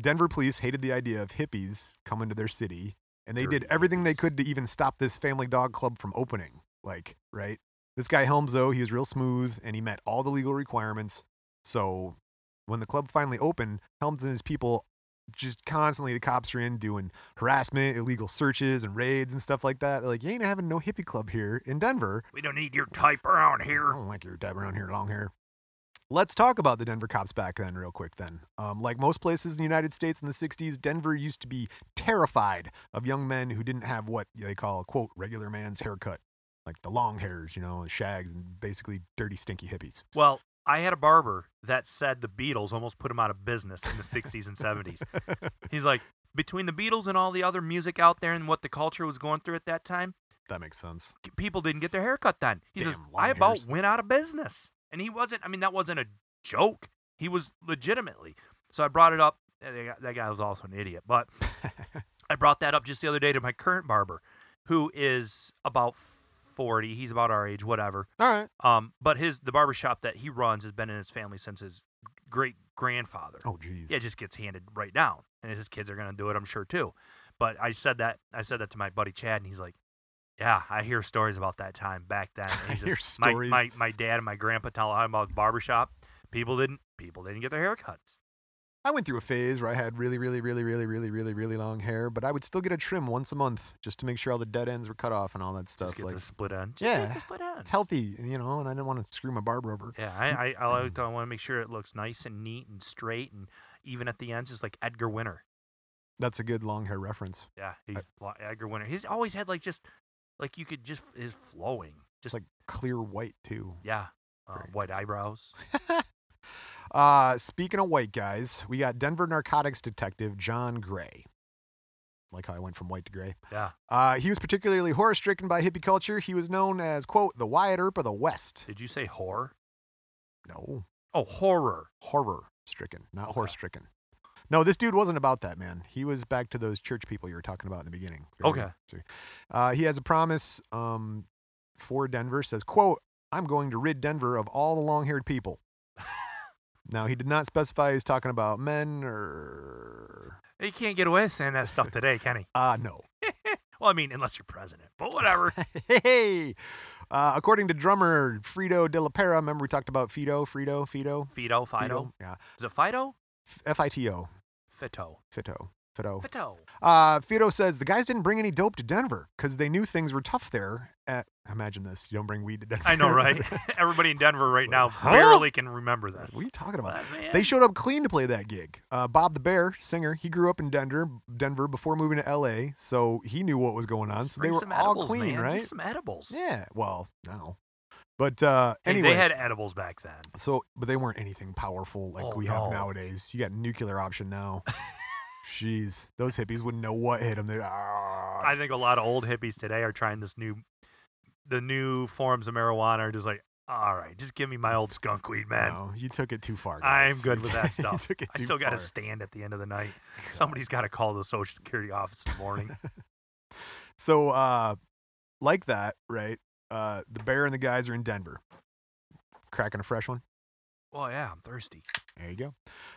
[SPEAKER 1] Denver police hated the idea of hippies coming to their city, and they did
[SPEAKER 2] Dirty
[SPEAKER 1] everything they
[SPEAKER 2] hippies.
[SPEAKER 1] could to even stop this family dog club from opening. Like, right? This guy Helmzo, he was real smooth, and he met all the legal requirements. So when the club finally opened, Helms and his people just constantly the cops are in doing harassment, illegal searches, and raids and stuff like that. They're like, you ain't having no hippie club here in Denver.
[SPEAKER 2] we don't need your type around
[SPEAKER 1] I
[SPEAKER 2] here.
[SPEAKER 1] don't like your dab around here, long hair. Let's talk about the Denver cops back then, real quick. Then, um, like most places in the United States in the '60s, Denver used to be terrified of young men who didn't have what they call "quote regular man's haircut," like the long hairs, you know, the shags, and basically dirty, stinky hippies.
[SPEAKER 2] Well, I had a barber that said the Beatles almost put him out of business in the 60s and 70s. He's like, between the Beatles and all the other music out there and what the culture was going through at that time,
[SPEAKER 1] That makes sense.
[SPEAKER 2] c- people didn't get their hair cut then. He says,
[SPEAKER 1] Damn
[SPEAKER 2] I about
[SPEAKER 1] liars.
[SPEAKER 2] went out of business. And he wasn't, I mean, that wasn't a joke. He was legitimately. So I brought it up. and That guy- that guy was also an idiot. But I brought that up just the other day to my current barber, who is about 40. He's about our age, whatever.
[SPEAKER 1] All right.
[SPEAKER 2] Um, but his the barber shop that he runs has been in his family since his great grandfather.
[SPEAKER 1] Oh, geez.
[SPEAKER 2] Yeah, it just gets handed right down, and his kids are gonna do it, I'm sure too. But I said that I said that to my buddy Chad, and he's like, "Yeah, I hear stories about that time back then." And
[SPEAKER 1] I
[SPEAKER 2] he
[SPEAKER 1] hear
[SPEAKER 2] says, my,
[SPEAKER 1] stories.
[SPEAKER 2] my my dad and my grandpa tell him about his barbershop. People didn't people didn't get their haircuts.
[SPEAKER 1] I went through a phase where I had really, really, really, really, really, really, really long hair, but I would still get a trim once a month just to make sure all the dead ends were cut off and all that
[SPEAKER 2] Just
[SPEAKER 1] stuff.
[SPEAKER 2] get
[SPEAKER 1] Like,
[SPEAKER 2] the split end. Just
[SPEAKER 1] yeah,
[SPEAKER 2] take the split ends.
[SPEAKER 1] it's healthy, you know, and I didn't want to screw my barber over.
[SPEAKER 2] Yeah, I I, I, like to, I want to make sure it looks nice and neat and straight and even at the ends, just like Edgar Winter.
[SPEAKER 1] That's a good long hair reference.
[SPEAKER 2] Yeah, he's lo- Edgar Winter. He's always had like just like you could just is flowing. Just
[SPEAKER 1] like clear white too.
[SPEAKER 2] yeah, uh,
[SPEAKER 1] Great.
[SPEAKER 2] white eyebrows.
[SPEAKER 1] Uh, speaking of white guys, we got Denver narcotics detective John Gray. Like how I went from white to gray.
[SPEAKER 2] Yeah.
[SPEAKER 1] Uh, he was particularly horror stricken by hippie culture. He was known as, quote, the Wyatt Earp of the West.
[SPEAKER 2] Did you say horror?
[SPEAKER 1] No,
[SPEAKER 2] Oh, horror.
[SPEAKER 1] horror stricken, not
[SPEAKER 2] Okay.
[SPEAKER 1] horse stricken. No, this dude wasn't about that, man. He was back to those church people you were talking about in the beginning.
[SPEAKER 2] Okay.
[SPEAKER 1] Uh, he has a promise um, for Denver. Says, "quote I'm going to rid Denver of all the long-haired people." now he did not specify he's talking about men or
[SPEAKER 2] He can't get away with saying that stuff today, can he?
[SPEAKER 1] ah uh, no.
[SPEAKER 2] Well, I mean, unless you're president, but whatever.
[SPEAKER 1] hey, uh, according to drummer Frito De La Pera, remember we talked about Fido, Frito, Fido,
[SPEAKER 2] Fido, Fido.
[SPEAKER 1] yeah,
[SPEAKER 2] Is it Fido?
[SPEAKER 1] F I T O,
[SPEAKER 2] Fito.
[SPEAKER 1] Fito, Fito,
[SPEAKER 2] Fito.
[SPEAKER 1] Uh, Fido says the guys didn't bring any dope to Denver because they knew things were tough there. Uh, imagine this: you don't bring weed to Denver.
[SPEAKER 2] I know, right? Everybody in Denver right now
[SPEAKER 1] Huh?
[SPEAKER 2] barely can remember this.
[SPEAKER 1] what are you talking about?
[SPEAKER 2] But, man.
[SPEAKER 1] They showed up clean to play that gig. Uh, Bob the Bear, singer, he grew up in Denver, Denver before moving to L.A., so he knew what was going on. So
[SPEAKER 2] Bring
[SPEAKER 1] they were
[SPEAKER 2] some
[SPEAKER 1] all
[SPEAKER 2] edibles,
[SPEAKER 1] clean,
[SPEAKER 2] man.
[SPEAKER 1] right?
[SPEAKER 2] Just some edibles.
[SPEAKER 1] Yeah. Well, no. But uh,
[SPEAKER 2] Hey,
[SPEAKER 1] anyway,
[SPEAKER 2] they had edibles back then.
[SPEAKER 1] so but they weren't anything powerful like
[SPEAKER 2] Oh,
[SPEAKER 1] we
[SPEAKER 2] no.
[SPEAKER 1] have nowadays. You got nuclear option now. Jeez, those hippies wouldn't know what hit them. They're, ah.
[SPEAKER 2] I think a lot of old hippies today are trying this new, the new forms of marijuana are just like, all right, just give me my old skunk weed, man.
[SPEAKER 1] No, you took it too far.
[SPEAKER 2] I'm
[SPEAKER 1] guys.
[SPEAKER 2] good
[SPEAKER 1] You
[SPEAKER 2] with
[SPEAKER 1] t-
[SPEAKER 2] that
[SPEAKER 1] you
[SPEAKER 2] stuff.
[SPEAKER 1] took it
[SPEAKER 2] I
[SPEAKER 1] too
[SPEAKER 2] still got
[SPEAKER 1] far.
[SPEAKER 2] to stand at the end of the night. Somebody's got to call the Social Security office in the morning.
[SPEAKER 1] So, uh, like that, right? Uh, the bear and the guys are in Denver, cracking a fresh one.
[SPEAKER 2] well, yeah, I'm thirsty.
[SPEAKER 1] There you go.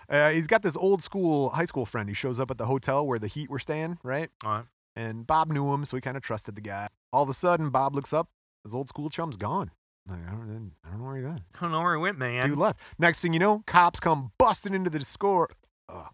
[SPEAKER 1] Uh, he's got this old school high school friend who shows up at the hotel where the Heat were staying, right?
[SPEAKER 2] All right.
[SPEAKER 1] And Bob knew him, so he kind of trusted the guy. All of a sudden, Bob looks up. His old school chum's gone. Like, I don't, I don't know where he went.
[SPEAKER 2] I don't know where he went, man.
[SPEAKER 1] Dude left. Next thing you know, cops come busting into the score. Uh,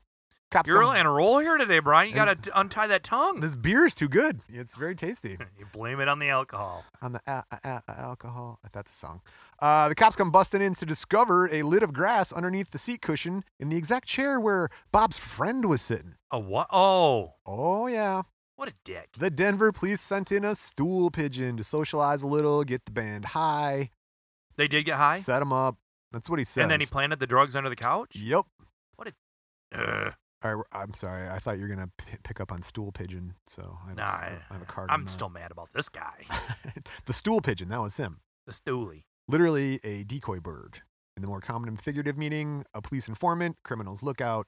[SPEAKER 1] cops
[SPEAKER 2] You're
[SPEAKER 1] come-
[SPEAKER 2] on a roll here today, Brian. You
[SPEAKER 1] And-
[SPEAKER 2] got to untie that tongue.
[SPEAKER 1] This beer is too good. It's very tasty.
[SPEAKER 2] you blame it on the alcohol.
[SPEAKER 1] on the a- a- a- a- alcohol. if That's a song. Uh, the cops come busting in to discover a lid of grass underneath the seat cushion in the exact chair where Bob's friend was sitting.
[SPEAKER 2] A what? Oh,
[SPEAKER 1] Oh, yeah.
[SPEAKER 2] what a dick.
[SPEAKER 1] The Denver police sent in a stool pigeon to socialize a little, get the band high,
[SPEAKER 2] They did get high,
[SPEAKER 1] set him up. That's what he said.
[SPEAKER 2] and then he planted the drugs under the couch.
[SPEAKER 1] Yep.
[SPEAKER 2] Ugh.
[SPEAKER 1] All right, I'm sorry. I thought you were going to p- pick up on stool pigeon. So I have, a-
[SPEAKER 2] Nah,
[SPEAKER 1] I have a card. on
[SPEAKER 2] I'm
[SPEAKER 1] that.
[SPEAKER 2] still mad about this guy,
[SPEAKER 1] the stool pigeon. That was him.
[SPEAKER 2] the stoolie.
[SPEAKER 1] literally a decoy bird. In the more common and figurative meaning, a police informant, criminals lookout.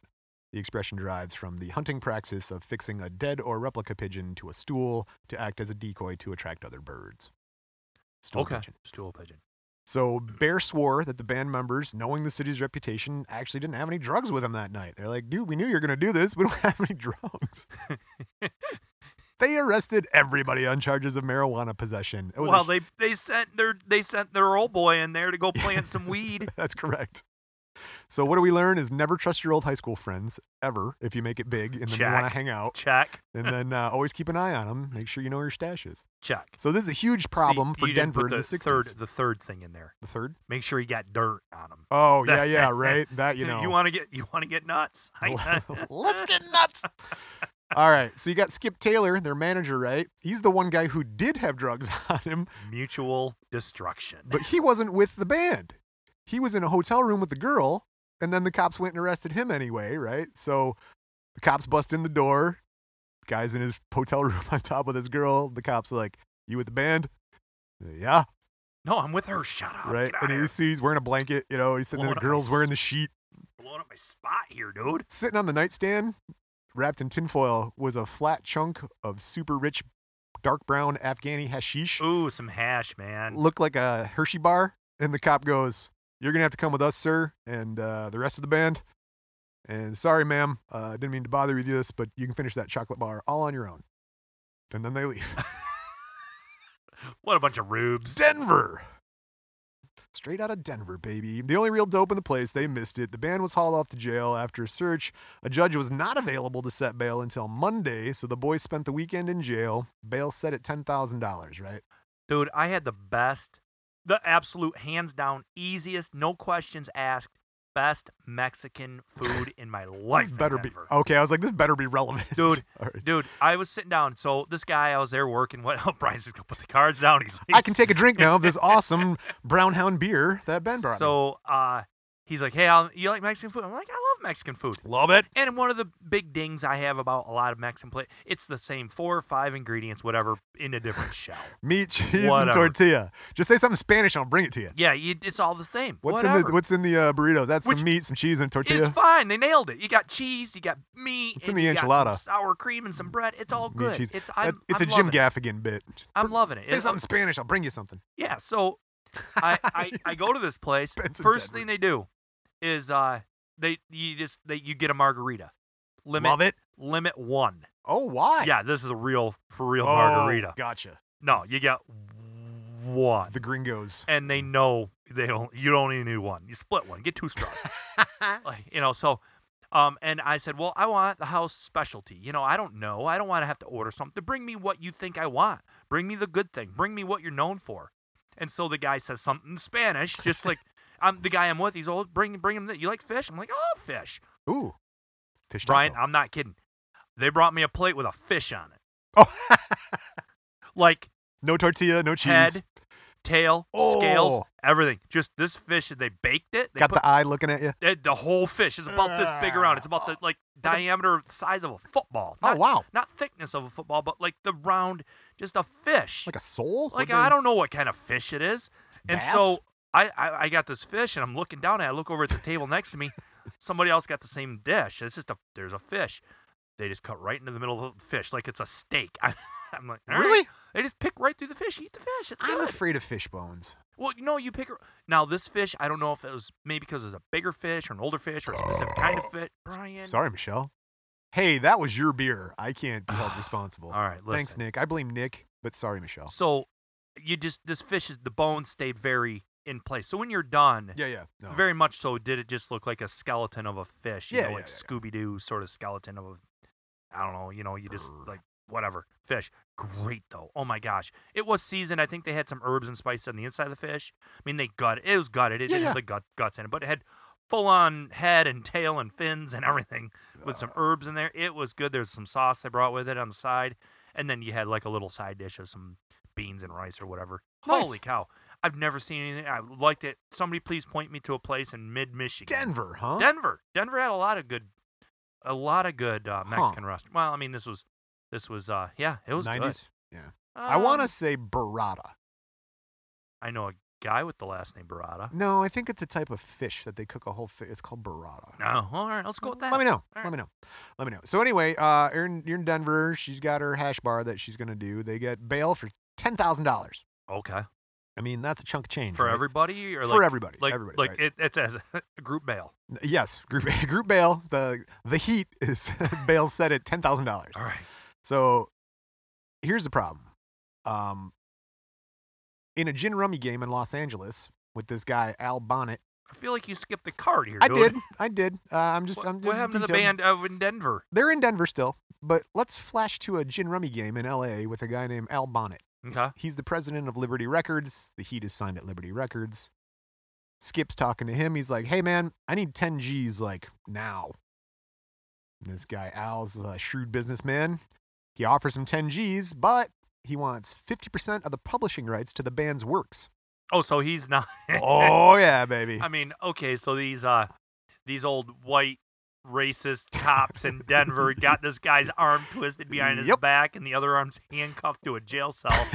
[SPEAKER 1] The expression derives from the hunting practice of fixing a dead or replica pigeon to a stool to act as a decoy to attract other birds. Stool
[SPEAKER 2] okay,
[SPEAKER 1] pigeon.
[SPEAKER 2] stool pigeon.
[SPEAKER 1] So Bear swore that the band members, knowing the city's reputation, actually didn't have any drugs with them that night. They're like, dude, we knew you were going to do this. We don't have any drugs. they arrested everybody on charges of marijuana possession. It was a
[SPEAKER 2] Well, they they sent their they sent their old boy in there to go plant some weed.
[SPEAKER 1] That's correct. So what do we learn is never trust your old high school friends ever if you make it big and then you want to
[SPEAKER 2] Check.
[SPEAKER 1] hang out.
[SPEAKER 2] Check,
[SPEAKER 1] And then uh, always keep an eye on them. Make sure you know where your stash is.
[SPEAKER 2] check.
[SPEAKER 1] So this is a huge problem
[SPEAKER 2] See,
[SPEAKER 1] for
[SPEAKER 2] you didn't
[SPEAKER 1] Denver
[SPEAKER 2] put
[SPEAKER 1] in the,
[SPEAKER 2] the
[SPEAKER 1] 60s.
[SPEAKER 2] third the third thing in there.
[SPEAKER 1] The third?
[SPEAKER 2] Make sure you got dirt on him.
[SPEAKER 1] Oh, yeah, yeah, right. That, you know.
[SPEAKER 2] you want to get you want to get nuts. I-
[SPEAKER 1] Let's get nuts. All right. So you got Skip Taylor, their manager, right? He's the one guy who did have drugs on him,
[SPEAKER 2] mutual destruction.
[SPEAKER 1] but he wasn't with the band. He was in a hotel room with the girl, and then the cops went and arrested him anyway, right? So the cops bust in the door. guy's in his hotel room on top with his girl. The cops are like, You with the band? Yeah,
[SPEAKER 2] no, I'm with her. Shut up.
[SPEAKER 1] right.
[SPEAKER 2] Get out
[SPEAKER 1] And
[SPEAKER 2] of
[SPEAKER 1] he
[SPEAKER 2] here.
[SPEAKER 1] sees he's wearing a blanket, you know, he's sitting there,
[SPEAKER 2] Blowing
[SPEAKER 1] the
[SPEAKER 2] up my
[SPEAKER 1] girl's wearing
[SPEAKER 2] s-
[SPEAKER 1] the sheet.
[SPEAKER 2] blowing up my spot here, dude.
[SPEAKER 1] Sitting on the nightstand, wrapped in tinfoil, was a flat chunk of super rich, dark brown Afghani hashish.
[SPEAKER 2] Ooh, some hash, man.
[SPEAKER 1] looked like a Hershey bar. And the cop goes, You're going to have to come with us, sir, and uh, the rest of the band. And sorry, ma'am, uh, didn't mean to bother you with this, but you can finish that chocolate bar all on your own. And then they leave.
[SPEAKER 2] What a bunch of rubes.
[SPEAKER 1] Denver! Straight out of Denver, baby. The only real dope in the place, they missed it. The band was hauled off to jail after a search. A judge was not available to set bail until Monday, so the boys spent the weekend in jail. Bail set at $10,000, right?
[SPEAKER 2] Dude, I had the best, the absolute hands down easiest, no questions asked, best Mexican food in my life.
[SPEAKER 1] This
[SPEAKER 2] in
[SPEAKER 1] better be.
[SPEAKER 2] Denver.
[SPEAKER 1] Okay, I was like, this better be relevant.
[SPEAKER 2] Dude,
[SPEAKER 1] All right.
[SPEAKER 2] Dude, I was sitting down. So this guy, I was there working. What? Oh, Brian's just gonna put the cards down. He's like,
[SPEAKER 1] I can take a drink now of this awesome brown hound beer that Ben brought. me.
[SPEAKER 2] So, uh, he's like, "Hey, I'll, you like Mexican food?" I'm like, "I love Mexican food."
[SPEAKER 1] love it.
[SPEAKER 2] And one of the big dings I have about a lot of Mexican plate, it's the same four or five ingredients, whatever, in a different shell.
[SPEAKER 1] Meat, cheese, and
[SPEAKER 2] Whatever.
[SPEAKER 1] tortilla. Just say something Spanish, and I'll bring it to you.
[SPEAKER 2] Yeah, you, it's all the same.
[SPEAKER 1] What's
[SPEAKER 2] whatever.
[SPEAKER 1] in the What's in the uh, burrito? That's
[SPEAKER 2] Which
[SPEAKER 1] some meat, some cheese, and
[SPEAKER 2] It's
[SPEAKER 1] tortilla.
[SPEAKER 2] fine. They nailed it. You got cheese, you got meat,
[SPEAKER 1] It's in
[SPEAKER 2] and
[SPEAKER 1] the
[SPEAKER 2] you got some
[SPEAKER 1] enchilada.
[SPEAKER 2] sour cream, and some bread. It's all
[SPEAKER 1] Meat,
[SPEAKER 2] good.
[SPEAKER 1] cheese.
[SPEAKER 2] It's
[SPEAKER 1] That-
[SPEAKER 2] I'm,
[SPEAKER 1] it's
[SPEAKER 2] I'm
[SPEAKER 1] a Jim
[SPEAKER 2] loving it.
[SPEAKER 1] Gaffigan bit.
[SPEAKER 2] I'm loving it.
[SPEAKER 1] Say
[SPEAKER 2] It's-
[SPEAKER 1] something Spanish, I'll bring you something.
[SPEAKER 2] Yeah. So, I, I I go to this place.
[SPEAKER 1] Ben's in
[SPEAKER 2] First
[SPEAKER 1] Denver.
[SPEAKER 2] thing they do is uh they you just they you get a margarita. Limit
[SPEAKER 1] Love it.
[SPEAKER 2] limit one.
[SPEAKER 1] Oh, why?
[SPEAKER 2] Yeah, this is a real for real
[SPEAKER 1] Oh,
[SPEAKER 2] margarita.
[SPEAKER 1] Gotcha.
[SPEAKER 2] No, you got one.
[SPEAKER 1] The gringos.
[SPEAKER 2] and they know they don't you don't even need one. You split one, get two straws. like, you know, so um and I said, Well, I want the house specialty. You know, I don't know. I don't want to have to order something. Bring me what you think I want. Bring me the good thing. Bring me what you're known for. And so the guy says something in Spanish, just like I'm the guy I'm with, he's old, bring bring him that you like fish? I'm like, Oh fish.
[SPEAKER 1] Ooh. Fish
[SPEAKER 2] Brian,
[SPEAKER 1] taco.
[SPEAKER 2] I'm not kidding. They brought me a plate with a fish on it.
[SPEAKER 1] Oh,
[SPEAKER 2] Like
[SPEAKER 1] no tortilla, no cheese.
[SPEAKER 2] head, tail,
[SPEAKER 1] Oh.
[SPEAKER 2] scales, everything. Just this fish, they baked it. They
[SPEAKER 1] Got
[SPEAKER 2] put
[SPEAKER 1] the eye looking at you.
[SPEAKER 2] the, the whole fish is about this big around. It's about the like diameter size of a football.
[SPEAKER 1] Oh,
[SPEAKER 2] Not,
[SPEAKER 1] wow.
[SPEAKER 2] Not thickness of a football, but like the round, just a fish.
[SPEAKER 1] Like a soul?
[SPEAKER 2] Like,
[SPEAKER 1] What
[SPEAKER 2] I
[SPEAKER 1] the-
[SPEAKER 2] don't know what kind of fish it is. And
[SPEAKER 1] bass?
[SPEAKER 2] so I, I I got this fish and I'm looking down at. it. I look over at the table next to me. Somebody else got the same dish. It's just a there's a fish. They just cut right into the middle of the fish like it's a steak. I, am like, "All right."
[SPEAKER 1] Really?
[SPEAKER 2] They just pick right through the fish. Eat the fish. It's
[SPEAKER 1] I'm
[SPEAKER 2] good.
[SPEAKER 1] afraid of fish bones.
[SPEAKER 2] Well, you know, you pick her. Now, this fish, I don't know if it was maybe because it was a bigger fish or an older fish or a specific kind of fish. Brian.
[SPEAKER 1] Sorry, Michelle. Hey, that was your beer. I can't be held responsible.
[SPEAKER 2] All right,
[SPEAKER 1] Thanks,
[SPEAKER 2] listen.
[SPEAKER 1] Nick. I blame Nick, but sorry, Michelle.
[SPEAKER 2] So, you just, this fish is, the bones stay very in place. So, when you're done,
[SPEAKER 1] Yeah, yeah. No.
[SPEAKER 2] very much so, did it just look like a skeleton of a fish? You
[SPEAKER 1] Yeah,
[SPEAKER 2] know,
[SPEAKER 1] yeah,
[SPEAKER 2] like
[SPEAKER 1] yeah, yeah.
[SPEAKER 2] Scooby Doo sort of skeleton of a, I don't know, you know, you just like, whatever, fish. Great, though. Oh my gosh. It was seasoned. I think they had some herbs and spices on the inside of the fish. I mean, they gut it. was gutted. It
[SPEAKER 1] Yeah,
[SPEAKER 2] didn't have
[SPEAKER 1] yeah.
[SPEAKER 2] the gut, guts in it, but it had full on head and tail and fins and everything with some herbs in there. It was good. There's some sauce they brought with it on the side. And then you had like a little side dish of some beans and rice or whatever.
[SPEAKER 1] Nice.
[SPEAKER 2] Holy cow. I've never seen anything. I liked it. Somebody please point me to a place in mid Michigan.
[SPEAKER 1] Denver, huh?
[SPEAKER 2] Denver. Denver had a lot of good a lot of good uh, Mexican restaurants. Well, I mean this was this was uh yeah, it was good.
[SPEAKER 1] 90s. Yeah. I want to
[SPEAKER 2] Um,
[SPEAKER 1] say burrata.
[SPEAKER 2] I know a guy with the last name Barada.
[SPEAKER 1] No, I think it's a type of fish that they cook a whole fish. It's called burrata.
[SPEAKER 2] No, all right, let's go with that.
[SPEAKER 1] Let me know.
[SPEAKER 2] All
[SPEAKER 1] Let
[SPEAKER 2] right.
[SPEAKER 1] me know. Let me know. So anyway, uh, you're in, you're in Denver. She's got her hash bar that she's gonna do. They get bail for ten thousand dollars.
[SPEAKER 2] Okay.
[SPEAKER 1] I mean, that's a chunk of change.
[SPEAKER 2] For
[SPEAKER 1] right?
[SPEAKER 2] everybody or
[SPEAKER 1] For
[SPEAKER 2] like,
[SPEAKER 1] everybody,
[SPEAKER 2] Like,
[SPEAKER 1] everybody,
[SPEAKER 2] like
[SPEAKER 1] right.
[SPEAKER 2] it, it's as a group bail.
[SPEAKER 1] Yes, group group bail. The the heat is bail set at ten thousand dollars.
[SPEAKER 2] All right.
[SPEAKER 1] So here's the problem. Um, in a gin rummy game in Los Angeles with this guy Al Bonnet,
[SPEAKER 2] I feel like you skipped the card here.
[SPEAKER 1] I
[SPEAKER 2] dude.
[SPEAKER 1] did, I did. Uh, I'm just,
[SPEAKER 2] What,
[SPEAKER 1] I'm.
[SPEAKER 2] what happened to the
[SPEAKER 1] detailed.
[SPEAKER 2] band over in Denver?
[SPEAKER 1] They're in Denver still, but let's flash to a gin rummy game in L.A. with a guy named Al Bonnet.
[SPEAKER 2] Okay.
[SPEAKER 1] He's the president of Liberty Records. The Heat is signed at Liberty Records. Skip's talking to him. He's like, hey, man, I need 10 G's like now. And this guy, Al's a shrewd businessman. He offers him 10 G's, but he wants 50% of the publishing rights to the band's works.
[SPEAKER 2] Oh, so he's not.
[SPEAKER 1] oh, yeah, baby.
[SPEAKER 2] I mean, okay, so these uh, these old white racist cops in Denver got this guy's arm twisted behind his
[SPEAKER 1] Yep.
[SPEAKER 2] back and the other arm's handcuffed to a jail cell,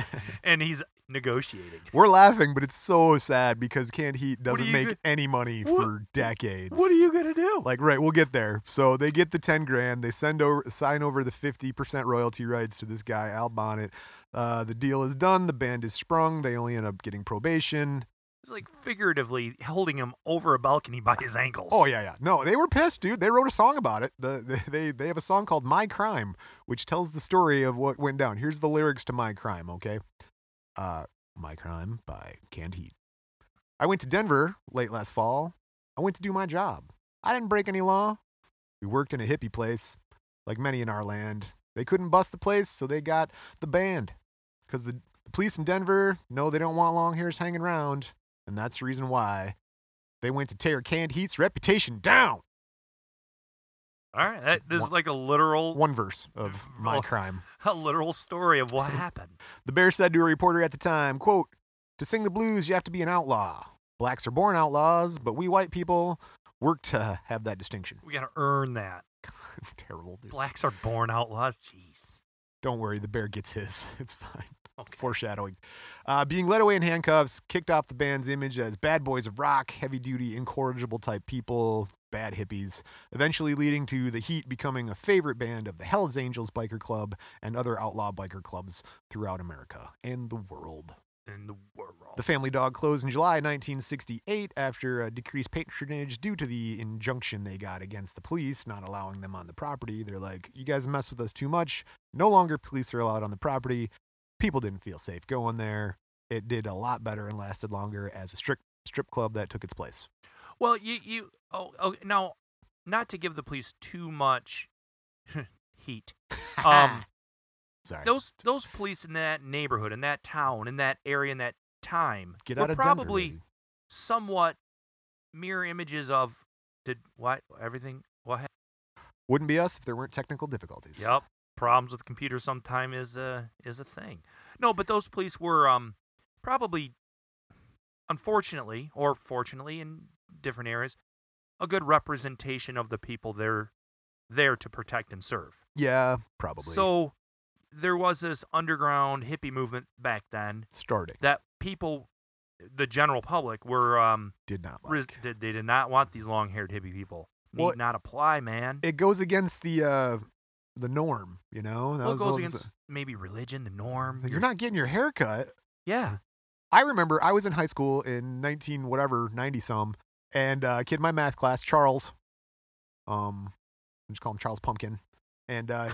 [SPEAKER 2] and he's negotiating.
[SPEAKER 1] We're laughing, but it's so sad because Canned Heat
[SPEAKER 2] What are
[SPEAKER 1] doesn't
[SPEAKER 2] you
[SPEAKER 1] make
[SPEAKER 2] go-
[SPEAKER 1] any money
[SPEAKER 2] What-
[SPEAKER 1] for decades.
[SPEAKER 2] What are you gonna do?
[SPEAKER 1] Like, right, we'll get there. So they get the ten grand. They send over, sign over the fifty percent royalty rights to this guy Al Bonnet. Uh, the deal is done. The band is sprung. They only end up getting probation.
[SPEAKER 2] It's like figuratively holding him over a balcony by his ankles.
[SPEAKER 1] Oh yeah, yeah. No, they were pissed, dude. They wrote a song about it. The, they they have a song called "My Crime," which tells the story of what went down. Here's the lyrics to "My Crime." Okay, uh, "My Crime" by Canned Heat. I went to Denver late last fall. I went to do my job. I didn't break any law. We worked in a hippie place, like many in our land. They couldn't bust the place, so they got the band. Because the, the police in Denver know they don't want long hairs hanging around, and that's the reason why they went to tear Canned Heat's reputation down.
[SPEAKER 2] All right, that, this is
[SPEAKER 1] One-
[SPEAKER 2] like a literal,
[SPEAKER 1] One verse of My
[SPEAKER 2] Oh.
[SPEAKER 1] Crime.
[SPEAKER 2] a literal story of what happened.
[SPEAKER 1] The Bear said to a reporter at the time, quote, To sing the blues, you have to be an outlaw. Blacks are born outlaws, but we white people work to have that distinction.
[SPEAKER 2] We gotta earn that.
[SPEAKER 1] it's terrible, dude.
[SPEAKER 2] Blacks are born outlaws. Jeez.
[SPEAKER 1] Don't worry, the bear gets his. It's fine.
[SPEAKER 2] Okay.
[SPEAKER 1] Foreshadowing. Uh, being led away in handcuffs kicked off the band's image as bad boys of rock, heavy duty, incorrigible type people, bad hippies, eventually leading to The Heat becoming a favorite band of the Hells Angels Biker Club and other outlaw biker clubs throughout America and the world.
[SPEAKER 2] In the world.
[SPEAKER 1] The Family Dog closed in July 1968 after uh, decreased patronage due to the injunction they got against the police not allowing them on the property. They're like, you guys mess with us too much. No longer police are allowed on the property. People didn't feel safe going there. It did a lot better and lasted longer as a strip strip club that took its place.
[SPEAKER 2] Well, you you oh, oh now, not to give the police too much heat. Um,
[SPEAKER 1] Sorry.
[SPEAKER 2] those those police in that neighborhood, in that town, in that area, in that time
[SPEAKER 1] Get
[SPEAKER 2] were
[SPEAKER 1] out of Denver,
[SPEAKER 2] probably
[SPEAKER 1] baby.
[SPEAKER 2] somewhat mirror images of did what everything what hap-
[SPEAKER 1] Wouldn't be us if there weren't technical difficulties.
[SPEAKER 2] Yep. Problems with computers sometime is a is a thing. No, but those police were um probably unfortunately, or fortunately, in different areas, a good representation of the people they're there to protect and serve.
[SPEAKER 1] Yeah, probably.
[SPEAKER 2] So there was this underground hippie movement back then
[SPEAKER 1] starting
[SPEAKER 2] that people, the general public, were um,
[SPEAKER 1] did not like.
[SPEAKER 2] res- did, they did not want these long-haired hippie people. Need
[SPEAKER 1] Well-
[SPEAKER 2] not apply, man.
[SPEAKER 1] it goes against the uh the norm, you know. That
[SPEAKER 2] Well, it
[SPEAKER 1] was
[SPEAKER 2] goes
[SPEAKER 1] all-
[SPEAKER 2] against maybe religion, the norm.
[SPEAKER 1] You're
[SPEAKER 2] your-
[SPEAKER 1] not getting your hair cut.
[SPEAKER 2] Yeah.
[SPEAKER 1] I remember I was in high school in 19 whatever 90 some, and uh, a kid in my math class, Charles, um, I just call him Charles Pumpkin, and uh,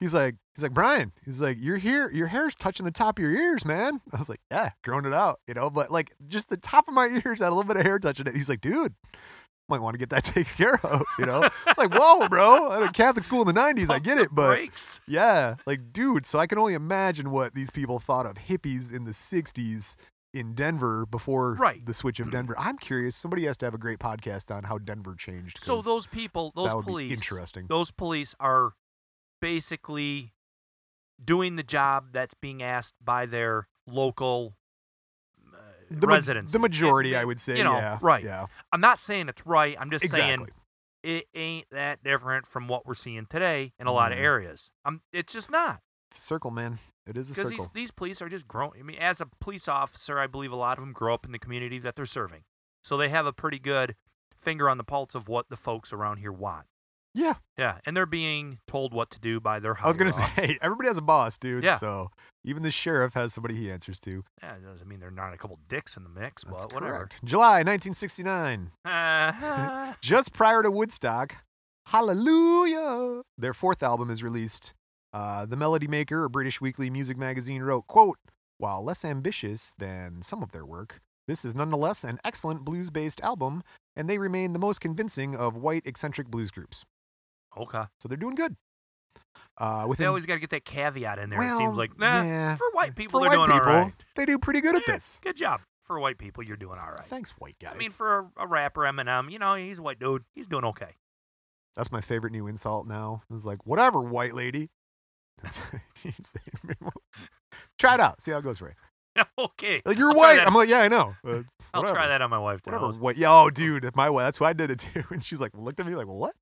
[SPEAKER 1] he's like, he's like Brian, he's like, your hair, your hair's touching the top of your ears, man. I was like, yeah, growing it out, you know, but like just the top of my ears had a little bit of hair touching it. He's like, dude. Might want to get that taken care of, you know? like, whoa, bro. At a Catholic school in the 90s, I
[SPEAKER 2] Pump
[SPEAKER 1] get
[SPEAKER 2] the
[SPEAKER 1] it, but
[SPEAKER 2] brakes.
[SPEAKER 1] yeah, like dude. So I can only imagine what these people thought of hippies in the '60s in Denver before
[SPEAKER 2] Right.
[SPEAKER 1] the switch of Denver. I'm curious. Somebody has to have a great podcast on how Denver changed.
[SPEAKER 2] So
[SPEAKER 1] 'cause
[SPEAKER 2] those people, those
[SPEAKER 1] that would be
[SPEAKER 2] police,
[SPEAKER 1] interesting.
[SPEAKER 2] Those police are basically doing the job that's being asked by their local uh,
[SPEAKER 1] the ma-
[SPEAKER 2] residents.
[SPEAKER 1] the majority,
[SPEAKER 2] And-
[SPEAKER 1] I would say,
[SPEAKER 2] You know,
[SPEAKER 1] yeah,
[SPEAKER 2] right?
[SPEAKER 1] yeah,
[SPEAKER 2] I'm not saying it's right. I'm just saying
[SPEAKER 1] exactly.
[SPEAKER 2] it ain't that different from what we're seeing today in a lot of
[SPEAKER 1] Mm.
[SPEAKER 2] areas. I'm, it's just not
[SPEAKER 1] It's a circle, man. It is a
[SPEAKER 2] because
[SPEAKER 1] circle.
[SPEAKER 2] these, these police are just grown. I mean, as a police officer, I believe a lot of them grow up in the community that they're serving, so they have a pretty good finger on the pulse of what the folks around here want.
[SPEAKER 1] yeah,
[SPEAKER 2] Yeah, and they're being told what to do by their.
[SPEAKER 1] I was gonna
[SPEAKER 2] higher-ups.
[SPEAKER 1] say everybody has a boss, dude.
[SPEAKER 2] Yeah.
[SPEAKER 1] So even the sheriff has somebody he answers to.
[SPEAKER 2] Yeah, it doesn't mean they're not a couple dicks in the mix,
[SPEAKER 1] That's
[SPEAKER 2] but whatever.
[SPEAKER 1] correct. July 1969.
[SPEAKER 2] Uh,
[SPEAKER 1] just prior to Woodstock, Hallelujah, their fourth album is released. Uh, the Melody Maker, a British weekly music magazine, wrote, quote, while less ambitious than some of their work, this is nonetheless an excellent blues-based album, and they remain the most convincing of white eccentric blues groups.
[SPEAKER 2] okay.
[SPEAKER 1] So they're doing good. Uh,
[SPEAKER 2] They
[SPEAKER 1] within,
[SPEAKER 2] always got to get that caveat in there.
[SPEAKER 1] Well,
[SPEAKER 2] it seems like, nah,
[SPEAKER 1] yeah.
[SPEAKER 2] for white people,
[SPEAKER 1] for
[SPEAKER 2] they're
[SPEAKER 1] white
[SPEAKER 2] doing
[SPEAKER 1] people,
[SPEAKER 2] all right.
[SPEAKER 1] they do pretty good at
[SPEAKER 2] Yeah,
[SPEAKER 1] this.
[SPEAKER 2] Good job. For white people, you're doing all right.
[SPEAKER 1] Thanks, white guys.
[SPEAKER 2] I mean, for a, a rapper, Eminem, you know, he's a white dude. He's doing okay.
[SPEAKER 1] That's my favorite new insult now. It's like, whatever, white lady. That's- try it out. See how it goes for you.
[SPEAKER 2] okay.
[SPEAKER 1] Like, you're
[SPEAKER 2] I'll try
[SPEAKER 1] white.
[SPEAKER 2] that-
[SPEAKER 1] I'm like, yeah, I know. Uh,
[SPEAKER 2] I'll
[SPEAKER 1] whatever.
[SPEAKER 2] try that on my wife. tonight.
[SPEAKER 1] Whatever. What? Yeah, oh, dude, that's my way. That's why I did it too. And she's like, looked at me like, what?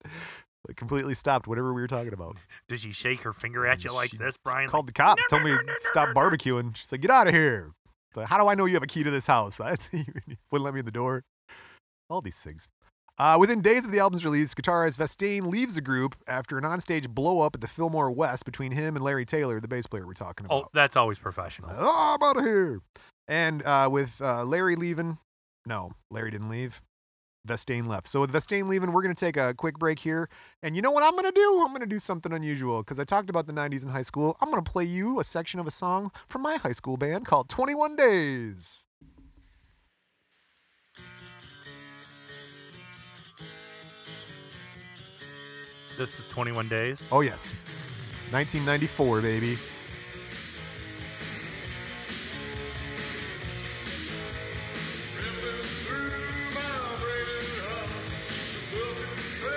[SPEAKER 1] Like, completely stopped whatever we were talking about.
[SPEAKER 2] Does she shake her finger at you like
[SPEAKER 1] She
[SPEAKER 2] this, Brian?
[SPEAKER 1] Called the cops,
[SPEAKER 2] no,
[SPEAKER 1] told
[SPEAKER 2] no,
[SPEAKER 1] me
[SPEAKER 2] no, no,
[SPEAKER 1] stop barbecuing. She's like, get out of here. Like, how do I know you have a key to this house? I wouldn't let me in the door. All these things. Uh, within days of the album's release, guitarist Vestaine leaves the group after an onstage blow up at the Fillmore West between him and Larry Taylor, the bass player we're talking about.
[SPEAKER 2] oh, that's always professional.
[SPEAKER 1] Oh, I'm out of here. And uh, with uh, Larry leaving, no, Larry didn't leave. Vestaine left. So with Vestaine leaving, we're going to take a quick break here. And you know what I'm going to do? I'm going to do something unusual because I talked about the 90s in high school. I'm going to play you a section of a song from my high school band called 21 Days.
[SPEAKER 2] This is 21 days.
[SPEAKER 1] Oh, yes. 1994, baby.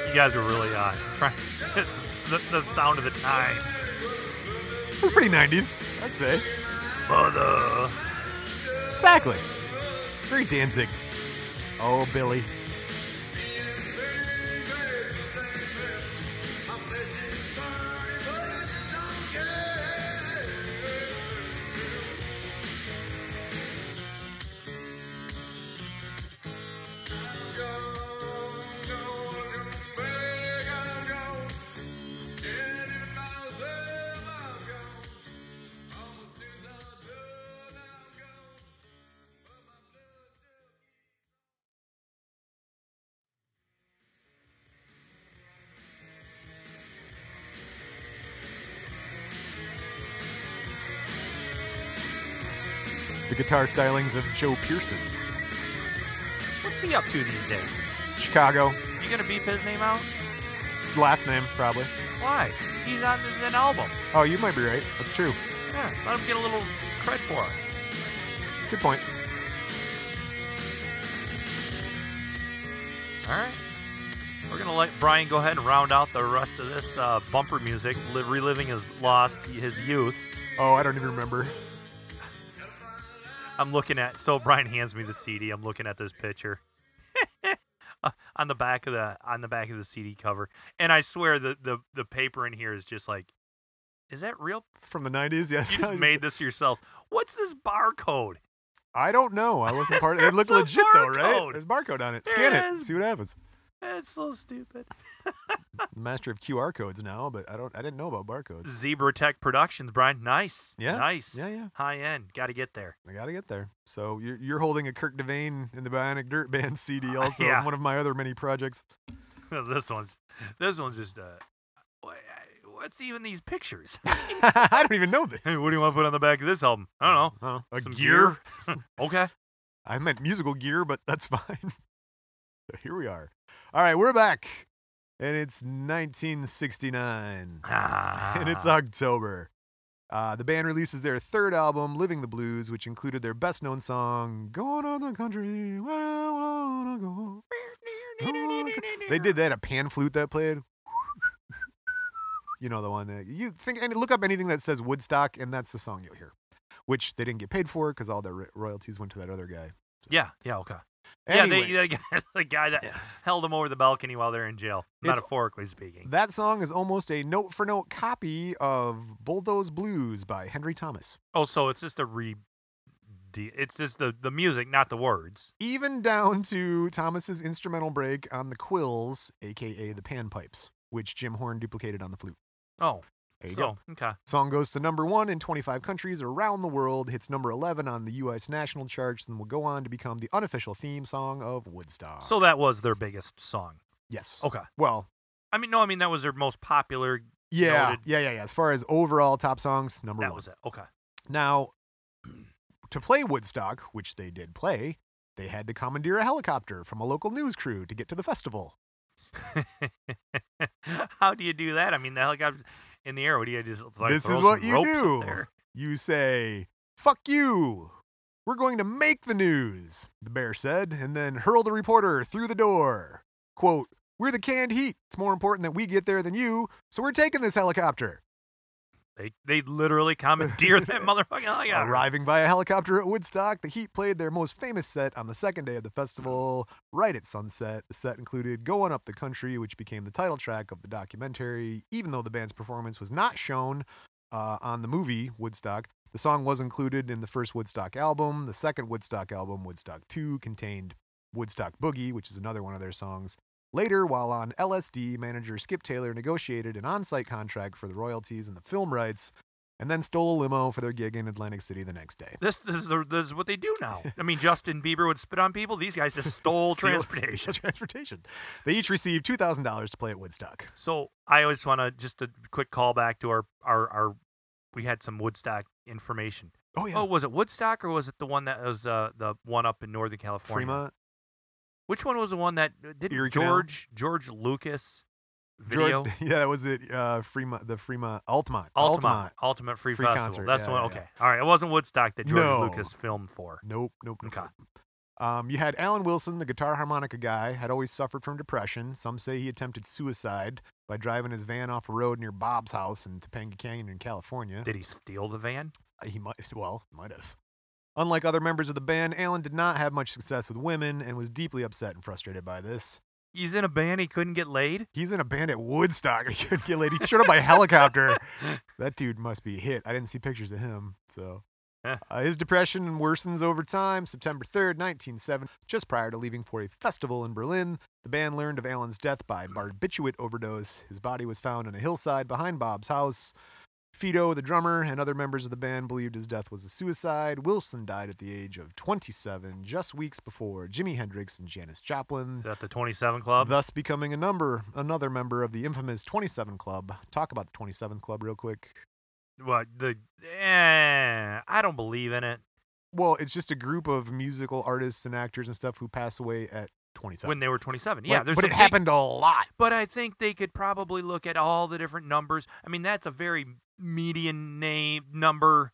[SPEAKER 2] You guys were really uh, trying. the, the sound of the times.
[SPEAKER 1] It was pretty 90s, I'd say.
[SPEAKER 2] Mother.
[SPEAKER 1] Exactly. Very Danzig. Oh, Billy. The guitar stylings of Joe Pearson.
[SPEAKER 2] What's he up to these days?
[SPEAKER 1] Chicago.
[SPEAKER 2] You gonna beep his name out?
[SPEAKER 1] Last name, probably.
[SPEAKER 2] Why? He's on this is an album.
[SPEAKER 1] Oh, you might be right. That's true.
[SPEAKER 2] Yeah, let him get a little cred for it.
[SPEAKER 1] Good point.
[SPEAKER 2] All right. We're gonna let Brian go ahead and round out the rest of this uh, bumper music, li- reliving his lost his youth.
[SPEAKER 1] Oh, I don't even remember.
[SPEAKER 2] I'm looking at. So Brian hands me the CD. I'm looking at this picture uh, on the back of the on the back of the CD cover, and I swear the the the paper in here is just like, is that real?
[SPEAKER 1] From the 90s, yes.
[SPEAKER 2] You just made this yourself. What's this barcode?
[SPEAKER 1] I don't know. I wasn't part of it. It looked
[SPEAKER 2] There's a
[SPEAKER 1] legit, though, right?
[SPEAKER 2] barcode.
[SPEAKER 1] There's barcode on it.
[SPEAKER 2] There
[SPEAKER 1] Scan
[SPEAKER 2] it
[SPEAKER 1] it.
[SPEAKER 2] is.
[SPEAKER 1] See what happens.
[SPEAKER 2] It's so stupid.
[SPEAKER 1] Master of QR codes now, but I don't. I didn't know about barcodes.
[SPEAKER 2] Zebra Tech Productions, Brian. Nice.
[SPEAKER 1] Yeah,
[SPEAKER 2] Nice.
[SPEAKER 1] yeah, yeah.
[SPEAKER 2] High end. Got to get there.
[SPEAKER 1] I gotta get there. So you're, you're holding a Kirk Devane in the Bionic Dirt Band CD, also
[SPEAKER 2] Uh, Yeah.
[SPEAKER 1] one of my other many projects.
[SPEAKER 2] this one's this one's just uh wha- what's even these pictures
[SPEAKER 1] I don't even know this.
[SPEAKER 2] hey what do you want to put on the back of this album i don't know
[SPEAKER 1] Oh, a
[SPEAKER 2] some
[SPEAKER 1] gear?
[SPEAKER 2] okay
[SPEAKER 1] I meant musical gear, but that's fine. so here we are. All right, we're back, and it's 1969.
[SPEAKER 2] ah,
[SPEAKER 1] and it's October. Uh, the band releases their third album, Living the Blues, which included their best known song, Going on the Country, Where I Wanna Go. Going on the co-" They did that, a pan flute that played. You know the one that you think, and look up anything that says Woodstock, and that's the song you'll hear, which they didn't get paid for because all their ro- royalties went to that other guy.
[SPEAKER 2] yeah yeah okay
[SPEAKER 1] Anyway,
[SPEAKER 2] yeah they, the guy- the guy that held them over the balcony while they're in jail
[SPEAKER 1] It's-
[SPEAKER 2] metaphorically speaking
[SPEAKER 1] that song is almost a note for note copy of Bulldoze Blues by Henry Thomas.
[SPEAKER 2] oh so it's just a re de- it's just the the music not the words
[SPEAKER 1] even down to Thomas's instrumental break on the quills, aka the panpipes, which Jim Horn duplicated on the flute.
[SPEAKER 2] oh
[SPEAKER 1] There you
[SPEAKER 2] so
[SPEAKER 1] go.
[SPEAKER 2] okay
[SPEAKER 1] Song goes to number one in 25 countries around the world, hits number 11 on the U.S. national charts, and will go on to become the unofficial theme song of Woodstock.
[SPEAKER 2] so oh, that was their biggest song
[SPEAKER 1] yes.
[SPEAKER 2] okay
[SPEAKER 1] Well,
[SPEAKER 2] i mean no i mean that was their most popular
[SPEAKER 1] yeah,
[SPEAKER 2] Noted.
[SPEAKER 1] yeah, yeah, yeah. As far as overall top songs, number
[SPEAKER 2] that
[SPEAKER 1] one.
[SPEAKER 2] was it okay
[SPEAKER 1] Now, to play Woodstock, which they did play, they had to commandeer a helicopter from a local news crew to get to the festival.
[SPEAKER 2] How do you do that? I mean, the helicopter in the air. What do you just like,
[SPEAKER 1] this
[SPEAKER 2] throw
[SPEAKER 1] is what
[SPEAKER 2] some
[SPEAKER 1] you
[SPEAKER 2] ropes up
[SPEAKER 1] do.
[SPEAKER 2] there?
[SPEAKER 1] You say, fuck you. We're going to make the news, the bear said, and then hurled the reporter through the door. Quote, We're the canned heat. It's more important that we get there than you, so we're taking this helicopter.
[SPEAKER 2] They they literally commandeer that Oh, motherfucking helicopter.
[SPEAKER 1] Arriving by a helicopter at Woodstock, the Heat played their most famous set on the second day of the festival, right at sunset. The set included Going Up the Country, which became the title track of the documentary, even though the band's performance was not shown uh, on the movie Woodstock. The song was included in the first Woodstock album. The second Woodstock album, Woodstock 2, contained Woodstock Boogie, which is another one of their songs. Later, while on LSD, manager Skip Taylor negotiated an on site contract for the royalties and the film rights, and then stole a limo for their gig in Atlantic City the next day.
[SPEAKER 2] This is the, this is what they do now. I mean, Justin Bieber would spit on people. These guys just stole
[SPEAKER 1] Steal-
[SPEAKER 2] transportation.
[SPEAKER 1] transportation. They each received $2,000 to play at Woodstock.
[SPEAKER 2] So I always want to just a quick call back to our our our. We had some Woodstock information.
[SPEAKER 1] Oh, yeah.
[SPEAKER 2] Oh, was it Woodstock or was it the one that was uh, the one up in Northern California?
[SPEAKER 1] Fremont.
[SPEAKER 2] Which one was the one that did
[SPEAKER 1] Erie
[SPEAKER 2] not
[SPEAKER 1] Canal.
[SPEAKER 2] George George Lucas video?
[SPEAKER 1] George- yeah, that was it. Uh, Fremont, the Fremont, Altamont.
[SPEAKER 2] Ultimate, Ultimate Free,
[SPEAKER 1] Free
[SPEAKER 2] Festival.
[SPEAKER 1] concert,
[SPEAKER 2] That's
[SPEAKER 1] yeah,
[SPEAKER 2] the one.
[SPEAKER 1] yeah,
[SPEAKER 2] Okay. All right. It wasn't Woodstock that George
[SPEAKER 1] No.
[SPEAKER 2] Lucas filmed for.
[SPEAKER 1] Nope, nope, nope.
[SPEAKER 2] Okay.
[SPEAKER 1] nope. Um, you had Alan Wilson, the guitar harmonica guy, had always suffered from depression. Some say he attempted suicide by driving his van off a road near Bob's house in Topanga Canyon in California.
[SPEAKER 2] Did he steal the van?
[SPEAKER 1] Uh, He might, well, might have. Unlike other members of the band, Alan did not have much success with women and was deeply upset and frustrated by this.
[SPEAKER 2] He's in a band. He couldn't get laid.
[SPEAKER 1] He's in a band at Woodstock and he couldn't get laid. He showed up by helicopter. That dude must be hit. I didn't see pictures of him, so.
[SPEAKER 2] Eh.
[SPEAKER 1] Uh, his depression worsens over time. September 3rd, 1970, just prior to leaving for a festival in Berlin, the band learned of Alan's death by barbiturate overdose. His body was found on a hillside behind Bob's house. Fido, the drummer, and other members of the band believed his death was a suicide. Wilson died at the age of 27, just weeks before Jimi Hendrix and Janis Joplin,
[SPEAKER 2] Is that the 27 Club?
[SPEAKER 1] thus becoming a number, another member of the infamous 27 Club. Talk about the 27 Club real quick.
[SPEAKER 2] what? The. Eh, I don't believe in it.
[SPEAKER 1] Well, it's just a group of musical artists and actors and stuff who pass away at 27.
[SPEAKER 2] When they were 27. Yeah.
[SPEAKER 1] Right,
[SPEAKER 2] There's
[SPEAKER 1] but
[SPEAKER 2] a
[SPEAKER 1] it
[SPEAKER 2] big-
[SPEAKER 1] happened a lot.
[SPEAKER 2] But I think they could probably look at all the different numbers. I mean, that's a very median name number.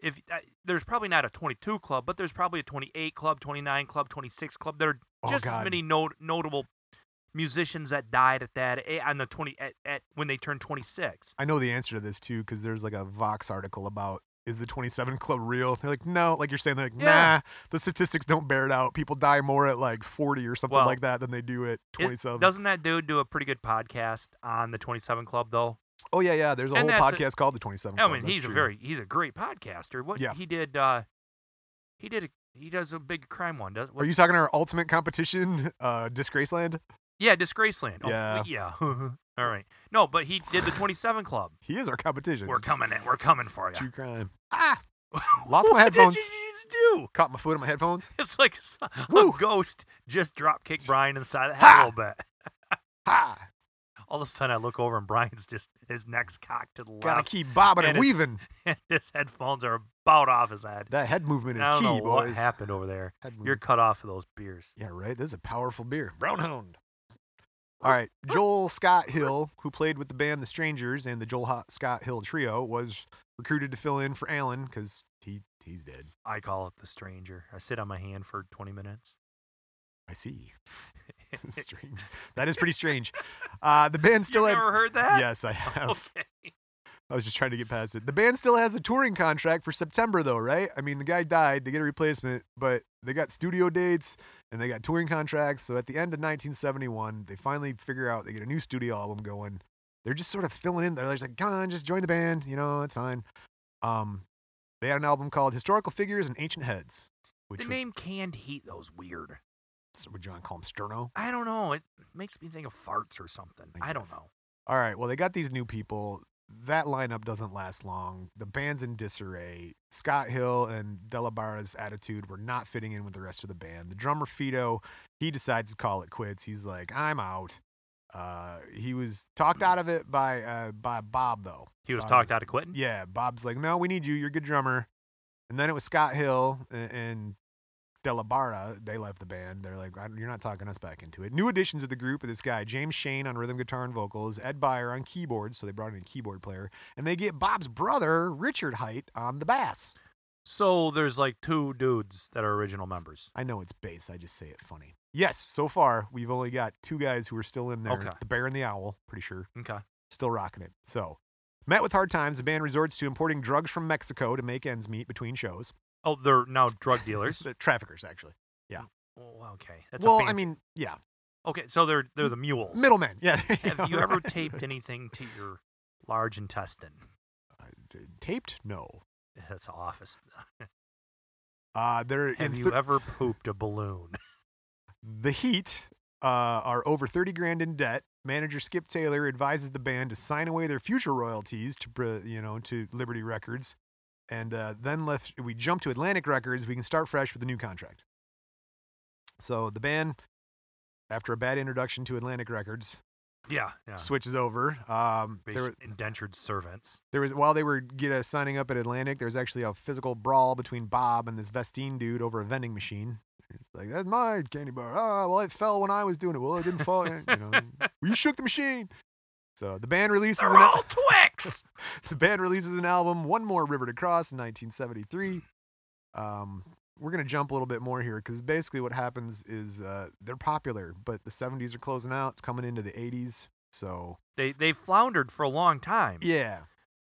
[SPEAKER 2] If uh, there's probably not a 22 club, but there's probably a 28 club, 29 club, 26 club. There are
[SPEAKER 1] Oh,
[SPEAKER 2] just
[SPEAKER 1] God.
[SPEAKER 2] as many not- notable musicians that died at that a- on the 20 at, at when they turned 26.
[SPEAKER 1] I know the answer to this too because there's like a Vox article about is the 27 Club real? They're like, no, like you're saying, they're like,
[SPEAKER 2] Yeah.
[SPEAKER 1] nah, the statistics don't bear it out. People die more at like 40 or something
[SPEAKER 2] Well,
[SPEAKER 1] like that than they do at
[SPEAKER 2] Is-
[SPEAKER 1] 27.
[SPEAKER 2] doesn't that dude do a pretty good podcast on the 27 Club though?
[SPEAKER 1] oh, yeah, yeah. There's a whole
[SPEAKER 2] And that's a-
[SPEAKER 1] podcast called The 27
[SPEAKER 2] I
[SPEAKER 1] Club.
[SPEAKER 2] mean,
[SPEAKER 1] that's
[SPEAKER 2] he's a
[SPEAKER 1] true.
[SPEAKER 2] very he's a great podcaster. What
[SPEAKER 1] Yeah.
[SPEAKER 2] he did uh he did a, he does a big crime one. Does
[SPEAKER 1] Are you
[SPEAKER 2] what's-
[SPEAKER 1] talking our ultimate competition, uh, Disgraceland?
[SPEAKER 2] Yeah, Disgraceland. Oh,
[SPEAKER 1] Yeah.
[SPEAKER 2] yeah. All right. No, but he did the 27 Club.
[SPEAKER 1] He is our competition.
[SPEAKER 2] We're coming in. We're coming for you.
[SPEAKER 1] True crime. Ah, lost my headphones.
[SPEAKER 2] What did you just do?
[SPEAKER 1] Caught my foot in my headphones.
[SPEAKER 2] It's like s- a
[SPEAKER 1] Woo.
[SPEAKER 2] ghost just drop kicked Brian in the side of the
[SPEAKER 1] Ha!
[SPEAKER 2] head a little bit.
[SPEAKER 1] Ha!
[SPEAKER 2] All of a sudden, I look over and Brian's just his neck's cocked to the left.
[SPEAKER 1] Gotta keep bobbing
[SPEAKER 2] and
[SPEAKER 1] and
[SPEAKER 2] it's-
[SPEAKER 1] weaving.
[SPEAKER 2] and his headphones are about off his head.
[SPEAKER 1] That head movement is
[SPEAKER 2] I don't
[SPEAKER 1] key,
[SPEAKER 2] know
[SPEAKER 1] boys.
[SPEAKER 2] what happened over there.
[SPEAKER 1] Head
[SPEAKER 2] You're
[SPEAKER 1] movement.
[SPEAKER 2] cut off for those beers.
[SPEAKER 1] Yeah, right. This is a powerful beer. Brown Hound. All right. Joel Scott Hill, who played with the band The Strangers and the Joel Ho- Scott Hill Trio, was recruited to fill in for Alan because he, he's dead.
[SPEAKER 2] I call it the stranger. I sit on my hand for 20 minutes.
[SPEAKER 1] I see. strange. That is pretty strange. Uh, the band still
[SPEAKER 2] You've
[SPEAKER 1] had.
[SPEAKER 2] never heard that?
[SPEAKER 1] Yes, I have.
[SPEAKER 2] Okay.
[SPEAKER 1] I was just trying to get past it. The band still has a touring contract for September, though, right? I mean, the guy died, they get a replacement, but they got studio dates and they got touring contracts. So at the end of 1971, they finally figure out they get a new studio album going. They're just sort of filling in. They're just like, come on, just join the band. You know, it's fine. Um, they had an album called Historical Figures and Ancient Heads, which
[SPEAKER 2] The
[SPEAKER 1] would-
[SPEAKER 2] name canned heat though is weird.
[SPEAKER 1] would you want to call them Sterno?
[SPEAKER 2] I don't know. It makes me think of farts or something.
[SPEAKER 1] I
[SPEAKER 2] I, don't
[SPEAKER 1] guess.
[SPEAKER 2] know.
[SPEAKER 1] All right. Well, they got these new people. That lineup doesn't last long. The band's in disarray. Scott Hill and Delabara's attitude were not fitting in with the rest of the band. The drummer Fido, he decides to call it quits. He's like, "I'm out." Uh, he was talked out of it by uh, by Bob though.
[SPEAKER 2] He was
[SPEAKER 1] Bob-
[SPEAKER 2] talked out of quitting.
[SPEAKER 1] Yeah, Bob's like, "No, we need you. You're a good drummer." And then it was Scott Hill and, and Delabara. They left the band. They're like, "I- "You're not talking us back into it." New additions of the group are this guy James Shane on rhythm guitar and vocals, Ed Byer on keyboards. So they brought in a keyboard player, and they get Bob's brother Richard Height on the bass.
[SPEAKER 2] So there's like two dudes that are original members.
[SPEAKER 1] I know it's bass. I just say it funny. Yes, so far we've only got two guys who are still in there.
[SPEAKER 2] Okay.
[SPEAKER 1] The Bear and the Owl, pretty sure.
[SPEAKER 2] Okay.
[SPEAKER 1] still rocking it. So, met with hard times, the band resorts to importing drugs from Mexico to make ends meet between shows.
[SPEAKER 2] Oh, they're now drug dealers.
[SPEAKER 1] They're traffickers, actually.
[SPEAKER 2] oh, okay. That's a
[SPEAKER 1] well, I
[SPEAKER 2] fancy-
[SPEAKER 1] mean, yeah,
[SPEAKER 2] okay. So they're they're the mules.
[SPEAKER 1] middlemen. Yeah.
[SPEAKER 2] Have you ever
[SPEAKER 1] right.
[SPEAKER 2] taped anything to your large intestine?
[SPEAKER 1] Uh, d- taped? No.
[SPEAKER 2] That's office.
[SPEAKER 1] Uh, they're in
[SPEAKER 2] Have you
[SPEAKER 1] thir-
[SPEAKER 2] ever pooped a balloon?
[SPEAKER 1] the Heat uh, are over thirty grand in debt. Manager Skip Taylor advises the band to sign away their future royalties to pro- you know to Liberty Records, and uh, then left. We jump to Atlantic Records. We can start fresh with a new contract. So the band, after a bad introduction to Atlantic Records,
[SPEAKER 2] Yeah. Yeah.
[SPEAKER 1] switches over. Um,
[SPEAKER 2] Big
[SPEAKER 1] there,
[SPEAKER 2] indentured servants.
[SPEAKER 1] there was while they were get, uh, signing up at Atlantic, there was actually a physical brawl between Bob and this Vestine dude over a vending machine. It's like that's my candy bar. Ah, well, it fell when I was doing it. Well, it didn't fall. you know, well, you shook the machine. So the band releases
[SPEAKER 2] They're
[SPEAKER 1] an,
[SPEAKER 2] all Twix.
[SPEAKER 1] the band releases an album, One More River to Cross, in 1973. Um, we're gonna jump a little bit more here because basically what happens is uh, they're popular, but the 70s are closing out. It's coming into the 80s, so
[SPEAKER 2] They they floundered for a long time.
[SPEAKER 1] yeah.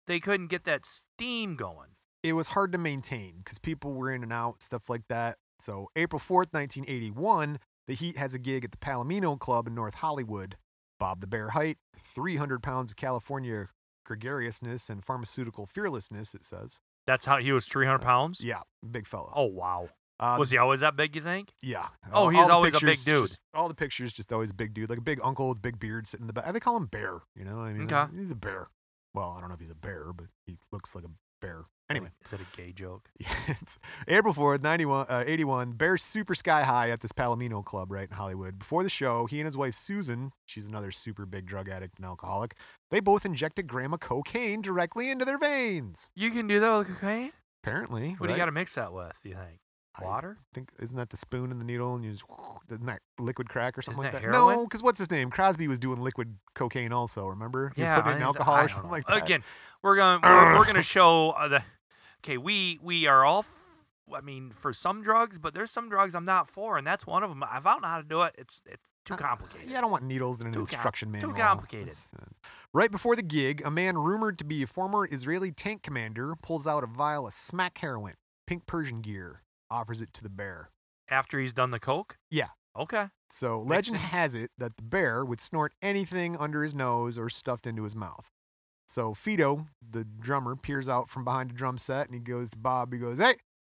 [SPEAKER 2] They couldn't get that steam going.
[SPEAKER 1] it was hard to maintain because people were in and out, stuff like that. So April 4th, 1981, the Heat has a gig at the Palomino Club in North Hollywood. Bob the Bear Height, 300 pounds of California gregariousness and pharmaceutical fearlessness, it says.
[SPEAKER 2] That's how he was 300 pounds.
[SPEAKER 1] Uh, Yeah, big fella.
[SPEAKER 2] Oh wow.
[SPEAKER 1] Uh,
[SPEAKER 2] was he always that big? You think?
[SPEAKER 1] Yeah.
[SPEAKER 2] Oh,
[SPEAKER 1] All-
[SPEAKER 2] he's
[SPEAKER 1] all the
[SPEAKER 2] always a big
[SPEAKER 1] pictures
[SPEAKER 2] dude.
[SPEAKER 1] just- all the pictures just always a big dude, like a big uncle with big beard sitting in the back. They call him Bear, you know? I mean,
[SPEAKER 2] Okay.
[SPEAKER 1] he's a bear. Well, I don't know if he's a bear, but he looks like a bear. Anyway.
[SPEAKER 2] is that a gay joke?
[SPEAKER 1] Yes. April 4th, 91, uh, 81, Bear's super sky high at this Palomino club right in Hollywood. Before the show, he and his wife Susan, she's another super big drug addict and alcoholic, they both injected grandma cocaine directly into their veins.
[SPEAKER 2] You can do that with cocaine.
[SPEAKER 1] Apparently.
[SPEAKER 2] What do you
[SPEAKER 1] right?
[SPEAKER 2] got to mix that with? You think
[SPEAKER 1] I
[SPEAKER 2] water?
[SPEAKER 1] think isn't that the spoon and the needle and you just isn't that liquid crack or something
[SPEAKER 2] Isn't
[SPEAKER 1] like
[SPEAKER 2] that
[SPEAKER 1] that? No,
[SPEAKER 2] heroin?
[SPEAKER 1] because what's his name? Crosby was doing liquid cocaine also. Remember? He was
[SPEAKER 2] I
[SPEAKER 1] putting it in
[SPEAKER 2] think so.
[SPEAKER 1] alcohol
[SPEAKER 2] I
[SPEAKER 1] or
[SPEAKER 2] don't
[SPEAKER 1] something
[SPEAKER 2] know.
[SPEAKER 1] like that.
[SPEAKER 2] Again, we're going to we're, we're going to show uh, the. Okay, we we are all. F- I mean, for some drugs, but there's some drugs I'm not for, and that's one of them. I found out how to do it. It's it Too complicated.
[SPEAKER 1] Uh, Yeah, I don't want needles in an
[SPEAKER 2] Too com-
[SPEAKER 1] instruction
[SPEAKER 2] too
[SPEAKER 1] manual.
[SPEAKER 2] complicated.
[SPEAKER 1] That's, uh, right before the gig, a man rumored to be a former Israeli tank commander pulls out a vial of smack heroin, pink Persian gear, offers it to the bear.
[SPEAKER 2] After he's done the coke?
[SPEAKER 1] Yeah.
[SPEAKER 2] Okay.
[SPEAKER 1] So
[SPEAKER 2] Makes
[SPEAKER 1] legend
[SPEAKER 2] sense.
[SPEAKER 1] has it that the bear would snort anything under his nose or stuffed into his mouth. So Fido, the drummer, peers out from behind a drum set and he goes to Bob. He goes, "Hey,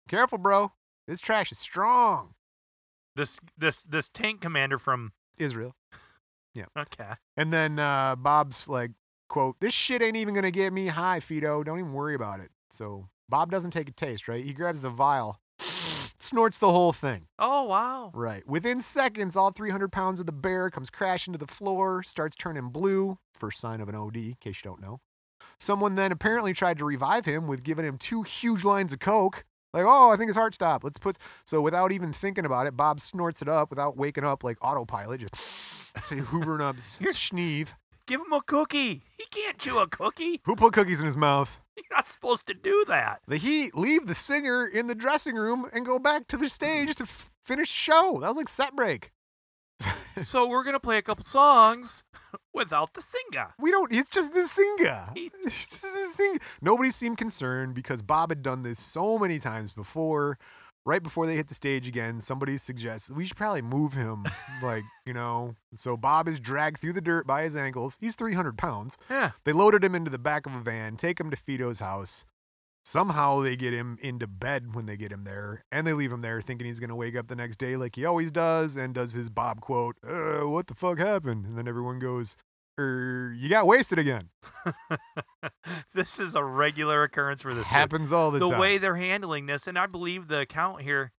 [SPEAKER 1] careful, bro. This trash is strong."
[SPEAKER 2] This this this tank commander from
[SPEAKER 1] Israel.
[SPEAKER 2] Okay.
[SPEAKER 1] And then uh, Bob's like, "Quote: This shit ain't even gonna get me high, Fido. Don't even worry about it." So Bob doesn't take a taste, right? He grabs the vial, snorts the whole thing.
[SPEAKER 2] Oh wow.
[SPEAKER 1] Right. Within seconds, all 300 pounds of the bear comes crashing to the floor, starts turning blue, first sign of an OD, in case you don't know. Someone then apparently tried to revive him with giving him two huge lines of coke. Like, oh, I think his heart stopped. Let's put. So without even thinking about it, Bob snorts it up without waking up like autopilot, just say hoovering up s-
[SPEAKER 2] You're-
[SPEAKER 1] sneeve.
[SPEAKER 2] Give him a cookie. He can't chew a cookie.
[SPEAKER 1] Who put cookies in his mouth?
[SPEAKER 2] You're not supposed to do that.
[SPEAKER 1] The Heat leave the singer in the dressing room and go back to the stage to f- finish the show. That was like set break.
[SPEAKER 2] so we're gonna play a couple songs without the singer.
[SPEAKER 1] We don't. It's just the singer.
[SPEAKER 2] He-
[SPEAKER 1] It's just the singer. Nobody seemed concerned because Bob had done this so many times before. Right before they hit the stage again, somebody suggests we should probably move him. like you know, so Bob is dragged through the dirt by his ankles. He's 300 pounds.
[SPEAKER 2] Yeah.
[SPEAKER 1] They loaded him into the back of a van, take him to Fido's house. Somehow they get him into bed when they get him there, and they leave him there thinking he's going to wake up the next day like he always does and does his Bob quote, uh, What the fuck happened? And then everyone goes, er, You got wasted again.
[SPEAKER 2] this is a regular occurrence for this. dude.
[SPEAKER 1] Happens all the,
[SPEAKER 2] the
[SPEAKER 1] time.
[SPEAKER 2] way they're handling this, and I believe the account here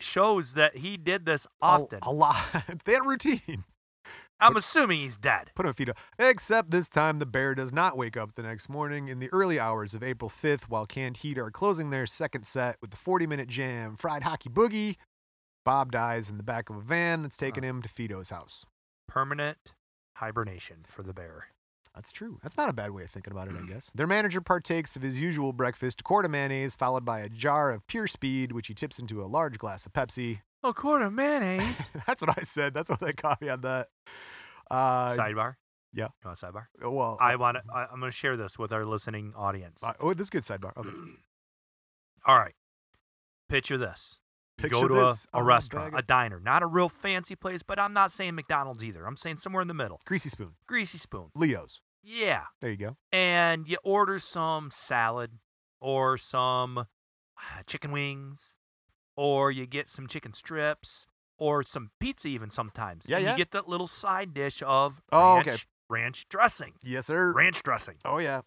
[SPEAKER 2] shows that he did this
[SPEAKER 1] A-
[SPEAKER 2] often.
[SPEAKER 1] A, lot. that routine.
[SPEAKER 2] I'm assuming he's dead.
[SPEAKER 1] Put him Fido. Except this time, the bear does not wake up the next morning in the early hours of April 5th while Canned Heat are closing their second set with the 40 minute jam, Fried Hockey Boogie. Bob dies in the back of a van that's taking him to Fido's house.
[SPEAKER 2] Permanent hibernation for the bear.
[SPEAKER 1] That's true. That's not a bad way of thinking about it, I guess. Their manager partakes of his usual breakfast, a quart of mayonnaise, followed by a jar of pure speed, which he tips into a large glass of Pepsi.
[SPEAKER 2] A quart of mayonnaise.
[SPEAKER 1] that's what I said. That's what they caught me on that. Uh,
[SPEAKER 2] sidebar.
[SPEAKER 1] yeah. Oh.
[SPEAKER 2] You want a sidebar?
[SPEAKER 1] well,
[SPEAKER 2] I want. To, I, I'm going to share this with our listening audience.
[SPEAKER 1] uh, oh, this is a good sidebar. Okay.
[SPEAKER 2] All right. Picture this. You
[SPEAKER 1] Picture
[SPEAKER 2] go to
[SPEAKER 1] this.
[SPEAKER 2] a,
[SPEAKER 1] Oh,
[SPEAKER 2] a
[SPEAKER 1] my
[SPEAKER 2] restaurant,
[SPEAKER 1] bag
[SPEAKER 2] a
[SPEAKER 1] of-
[SPEAKER 2] diner, not a real fancy place, but I'm not saying McDonald's either. I'm saying somewhere in the middle.
[SPEAKER 1] Greasy spoon.
[SPEAKER 2] Greasy spoon.
[SPEAKER 1] Leo's.
[SPEAKER 2] Yeah.
[SPEAKER 1] There you go.
[SPEAKER 2] and you order some salad or some ah, chicken wings or you get some chicken strips or some pizza even sometimes.
[SPEAKER 1] Yeah,
[SPEAKER 2] And
[SPEAKER 1] yeah.
[SPEAKER 2] You get that little side dish of
[SPEAKER 1] Oh,
[SPEAKER 2] ranch,
[SPEAKER 1] okay.
[SPEAKER 2] ranch dressing.
[SPEAKER 1] Yes, sir.
[SPEAKER 2] Ranch dressing.
[SPEAKER 1] Oh yeah.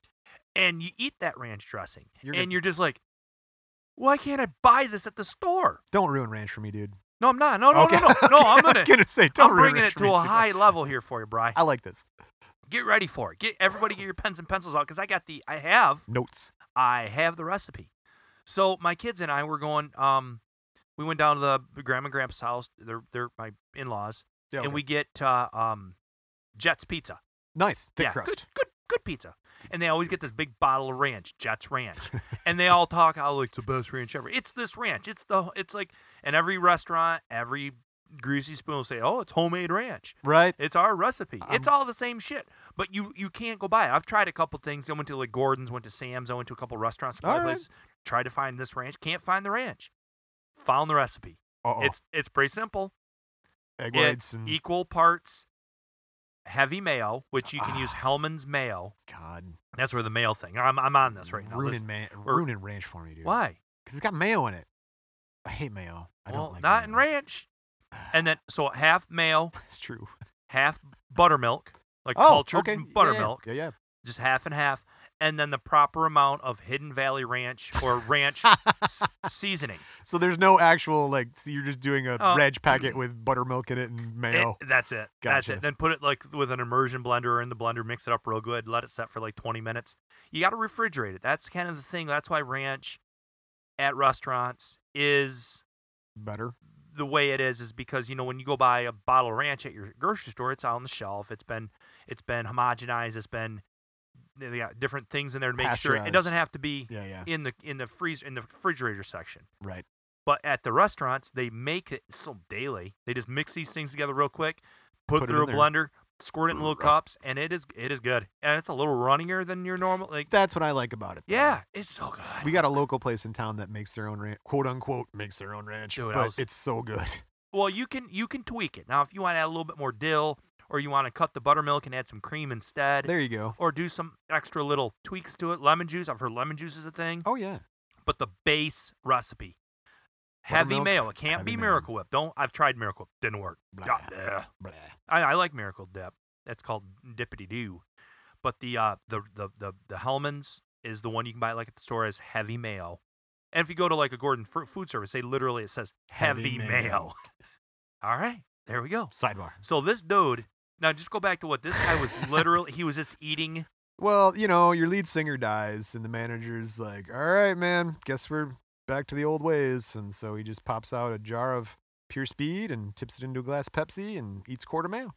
[SPEAKER 2] And you eat that ranch dressing.
[SPEAKER 1] You're
[SPEAKER 2] and
[SPEAKER 1] good.
[SPEAKER 2] you're just like, why can't I buy this at the store?
[SPEAKER 1] Don't ruin ranch for me, dude.
[SPEAKER 2] No, I'm not. No, no,
[SPEAKER 1] Okay.
[SPEAKER 2] no, no. No,
[SPEAKER 1] Okay,
[SPEAKER 2] I'm
[SPEAKER 1] I
[SPEAKER 2] gonna,
[SPEAKER 1] was gonna say, don't
[SPEAKER 2] I'm
[SPEAKER 1] ruin
[SPEAKER 2] bringing
[SPEAKER 1] ranch
[SPEAKER 2] it
[SPEAKER 1] for
[SPEAKER 2] to
[SPEAKER 1] me
[SPEAKER 2] a
[SPEAKER 1] too.
[SPEAKER 2] high level here for you, Bry.
[SPEAKER 1] I like this.
[SPEAKER 2] Get ready for it. Get everybody get your pens and pencils out because I got the I have
[SPEAKER 1] Notes.
[SPEAKER 2] I have the recipe. So my kids and I were going. Um, we went down to the grandma and grandpa's house. They're they're my in-laws,
[SPEAKER 1] Yeah.
[SPEAKER 2] and we get uh, um, Jets pizza.
[SPEAKER 1] nice thick
[SPEAKER 2] yeah,
[SPEAKER 1] crust.
[SPEAKER 2] Good, good, good pizza. And they always get this big bottle of ranch, Jets ranch, and they all talk how like it's the best ranch ever. It's this ranch. It's the it's like, and every restaurant, every greasy spoon will say, oh, it's homemade ranch.
[SPEAKER 1] Right.
[SPEAKER 2] It's our recipe.
[SPEAKER 1] Um,
[SPEAKER 2] it's all the same shit. But you you can't go buy it. I've tried a couple things. I went to like Gordon's, went to Sam's, I went to a couple restaurants, some
[SPEAKER 1] All
[SPEAKER 2] other
[SPEAKER 1] right.
[SPEAKER 2] places. Tried to find this ranch, can't find the ranch. Found the recipe.
[SPEAKER 1] Uh-oh.
[SPEAKER 2] It's it's pretty simple.
[SPEAKER 1] Oh. egg whites
[SPEAKER 2] It's e-
[SPEAKER 1] and
[SPEAKER 2] equal parts heavy mayo, which you can use
[SPEAKER 1] Ah.
[SPEAKER 2] Hellman's mayo.
[SPEAKER 1] God.
[SPEAKER 2] That's where the mayo thing. I'm I'm on this right now.
[SPEAKER 1] Ruining
[SPEAKER 2] This-
[SPEAKER 1] man,
[SPEAKER 2] we're-
[SPEAKER 1] ruining ranch for me, dude.
[SPEAKER 2] Why?
[SPEAKER 1] Because it's got mayo in it. I hate mayo. I
[SPEAKER 2] well,
[SPEAKER 1] don't like
[SPEAKER 2] not
[SPEAKER 1] mayo.
[SPEAKER 2] in ranch. And then so half mayo,
[SPEAKER 1] It's true.
[SPEAKER 2] half buttermilk, like
[SPEAKER 1] oh,
[SPEAKER 2] cultured
[SPEAKER 1] okay. Yeah, yeah,
[SPEAKER 2] buttermilk.
[SPEAKER 1] Yeah, yeah.
[SPEAKER 2] just half and half, and then the proper amount of Hidden Valley Ranch or ranch s- seasoning.
[SPEAKER 1] So there's no actual like. So you're just doing a
[SPEAKER 2] Oh.
[SPEAKER 1] ranch packet with buttermilk in it and mayo.
[SPEAKER 2] It- that's it. That's
[SPEAKER 1] Gotcha.
[SPEAKER 2] it. Then put it like with an immersion blender or in the blender, mix it up real good, let it set for like 20 minutes. You got to refrigerate it. That's kind of the thing. That's why ranch at restaurants is
[SPEAKER 1] Better.
[SPEAKER 2] the way it is is because you know when you go buy a bottle of ranch at your grocery store it's out on the shelf it's been it's been homogenized it's been they got different things in there to make sure it
[SPEAKER 1] Pasteurized.
[SPEAKER 2] doesn't have to be
[SPEAKER 1] Yeah, yeah.
[SPEAKER 2] in the in the freezer in the refrigerator section
[SPEAKER 1] Right.
[SPEAKER 2] But at the restaurants, they make it so daily. They just mix these things together real quick, put,
[SPEAKER 1] Put it
[SPEAKER 2] through a
[SPEAKER 1] in there.
[SPEAKER 2] blender, squirt it in little cups, and it is it is good. And it's a little runnier than your normal. Like,
[SPEAKER 1] That's what I like about it. though.
[SPEAKER 2] yeah, it's so good.
[SPEAKER 1] We got a local place in town that makes their own ranch, quote unquote, makes their own ranch,
[SPEAKER 2] Dude, I
[SPEAKER 1] but
[SPEAKER 2] was-
[SPEAKER 1] it's so good.
[SPEAKER 2] Well, you can you can tweak it now if you want to add a little bit more dill, or you want to cut the buttermilk and add some cream instead,
[SPEAKER 1] There you go.
[SPEAKER 2] or do some extra little tweaks to it. Lemon juice. I've heard lemon juice is a thing.
[SPEAKER 1] Oh yeah,
[SPEAKER 2] but the base recipe. Heavy
[SPEAKER 1] Buttermilk,
[SPEAKER 2] mayo. It can't
[SPEAKER 1] heavy
[SPEAKER 2] be
[SPEAKER 1] mayo.
[SPEAKER 2] Miracle Whip. Don't. I've tried Miracle Whip. Didn't work.
[SPEAKER 1] Blah.
[SPEAKER 2] God, yeah.
[SPEAKER 1] Blah.
[SPEAKER 2] I, I like Miracle Dip. That's called Dippity Doo. But the uh the the the the Hellman's is the one you can buy like at the store as heavy mayo. And if you go to like a Gordon Fru- food service, they literally it says heavy,
[SPEAKER 1] Heavy mayo.
[SPEAKER 2] mayo. All right, there we go.
[SPEAKER 1] sidebar.
[SPEAKER 2] So this dude. Now just go back to what this guy was literally. He was just eating.
[SPEAKER 1] Well, you know, your lead singer dies, and the manager's like, "All right, man, guess we're back to the old ways." And so he just pops out a jar of pure speed and tips it into a glass Pepsi and eats quarter mayo.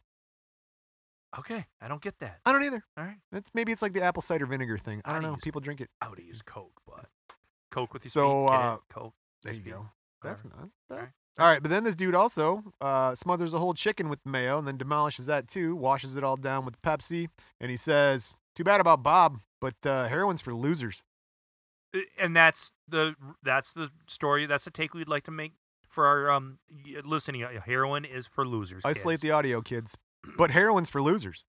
[SPEAKER 2] Okay, I don't get that.
[SPEAKER 1] I don't either.
[SPEAKER 2] All right,
[SPEAKER 1] It's maybe it's like the apple cider vinegar thing. I
[SPEAKER 2] How
[SPEAKER 1] don't
[SPEAKER 2] do
[SPEAKER 1] know.
[SPEAKER 2] you-
[SPEAKER 1] People drink it.
[SPEAKER 2] I would have used Coke, but Coke with your
[SPEAKER 1] So,
[SPEAKER 2] feet, get it?
[SPEAKER 1] uh,
[SPEAKER 2] Coke.
[SPEAKER 1] There you
[SPEAKER 2] Speed.
[SPEAKER 1] go. That's not bad.
[SPEAKER 2] Alright.
[SPEAKER 1] All right, but then this dude also uh, smothers a whole chicken with mayo and then demolishes that too, washes it all down with Pepsi, and he says, "Too bad about Bob, but uh, heroin's for losers."
[SPEAKER 2] Uh, and that's the that's the story. That's the take we'd like to make for our um y- listening. Uh, Heroin is for losers.
[SPEAKER 1] Isolate
[SPEAKER 2] kids.
[SPEAKER 1] the audio, kids. But heroin's for losers.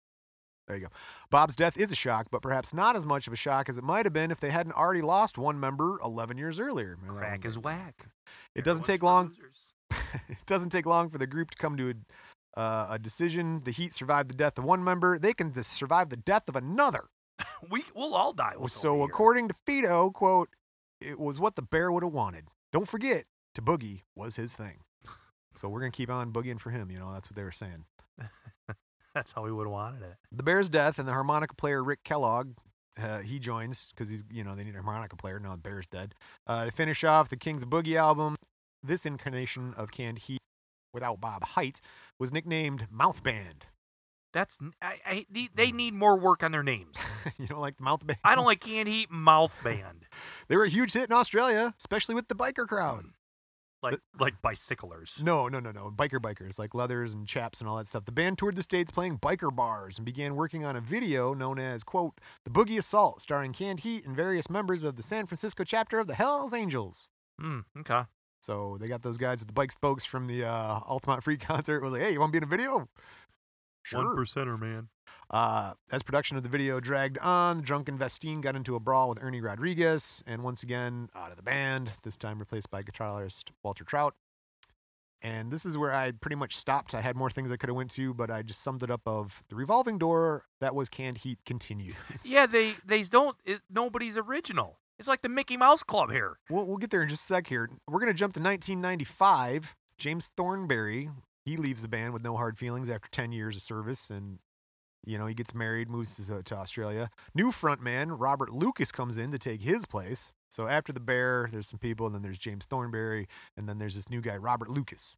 [SPEAKER 1] There you go. Bob's death is a shock, but perhaps not as much of a shock as it might have been if they hadn't already lost one member 11 years earlier. Or that one
[SPEAKER 2] crack
[SPEAKER 1] guy.
[SPEAKER 2] is whack.
[SPEAKER 1] It doesn't
[SPEAKER 2] Heroin's
[SPEAKER 1] take
[SPEAKER 2] for
[SPEAKER 1] long.
[SPEAKER 2] losers.
[SPEAKER 1] it doesn't take long for the group to come to a, uh, a decision. The Heat survived the death of one member. They can just survive the death of another.
[SPEAKER 2] We we'll all die. With
[SPEAKER 1] So, according to Fido, quote, it was what the bear would have wanted. Don't forget, to boogie was his thing. So we're gonna keep on boogieing for him. You know, that's what they were saying.
[SPEAKER 2] that's how we would have wanted it.
[SPEAKER 1] The bear's death and the harmonica player Rick Kellogg. Uh, he joins because he's, you know, they need a harmonica player. Now the Bear's dead. Uh, to finish off the Kings of Boogie album, this incarnation of Canned Heat without Bob Height was nicknamed Mouth Band.
[SPEAKER 2] That's n- I, I- the- they need more work on their names.
[SPEAKER 1] you don't like the Mouth Band?
[SPEAKER 2] I don't like can't eat mouth band
[SPEAKER 1] They were a huge hit in Australia, especially with the biker crowd.
[SPEAKER 2] like like bicyclers.
[SPEAKER 1] No, no, no, no. Biker bikers, like leathers and chaps and all that stuff. The band toured the States playing biker bars and began working on a video known as, quote, The Boogie Assault, starring Canned Heat and various members of the San Francisco chapter of the Hells Angels.
[SPEAKER 2] Mm, okay.
[SPEAKER 1] So they got those guys at the bike spokes from the uh, Altamont Free concert. Was like, hey, you want to be in a video?
[SPEAKER 2] One
[SPEAKER 1] Sure.
[SPEAKER 2] percenter man.
[SPEAKER 1] Uh, as production of the video dragged on, drunken Vestine got into a brawl with Ernie Rodriguez, and once again out of the band. This time replaced by guitarist Walter Trout. And this is where I pretty much stopped. I had more things I could have went to, but I just summed it up of the revolving door that was canned heat continues.
[SPEAKER 2] Yeah, they they don't. It, nobody's original. It's like the Mickey Mouse Club here.
[SPEAKER 1] We'll, we'll get there in just a sec here. We're going to jump to 1995. James Thornberry, he leaves the band with no hard feelings after 10 years of service and you know, he gets married, moves to, uh, to Australia. New frontman Robert Lucas comes in to take his place. So after the Bear, there's some people, and then there's James Thornberry, and then there's this new guy, Robert Lucas.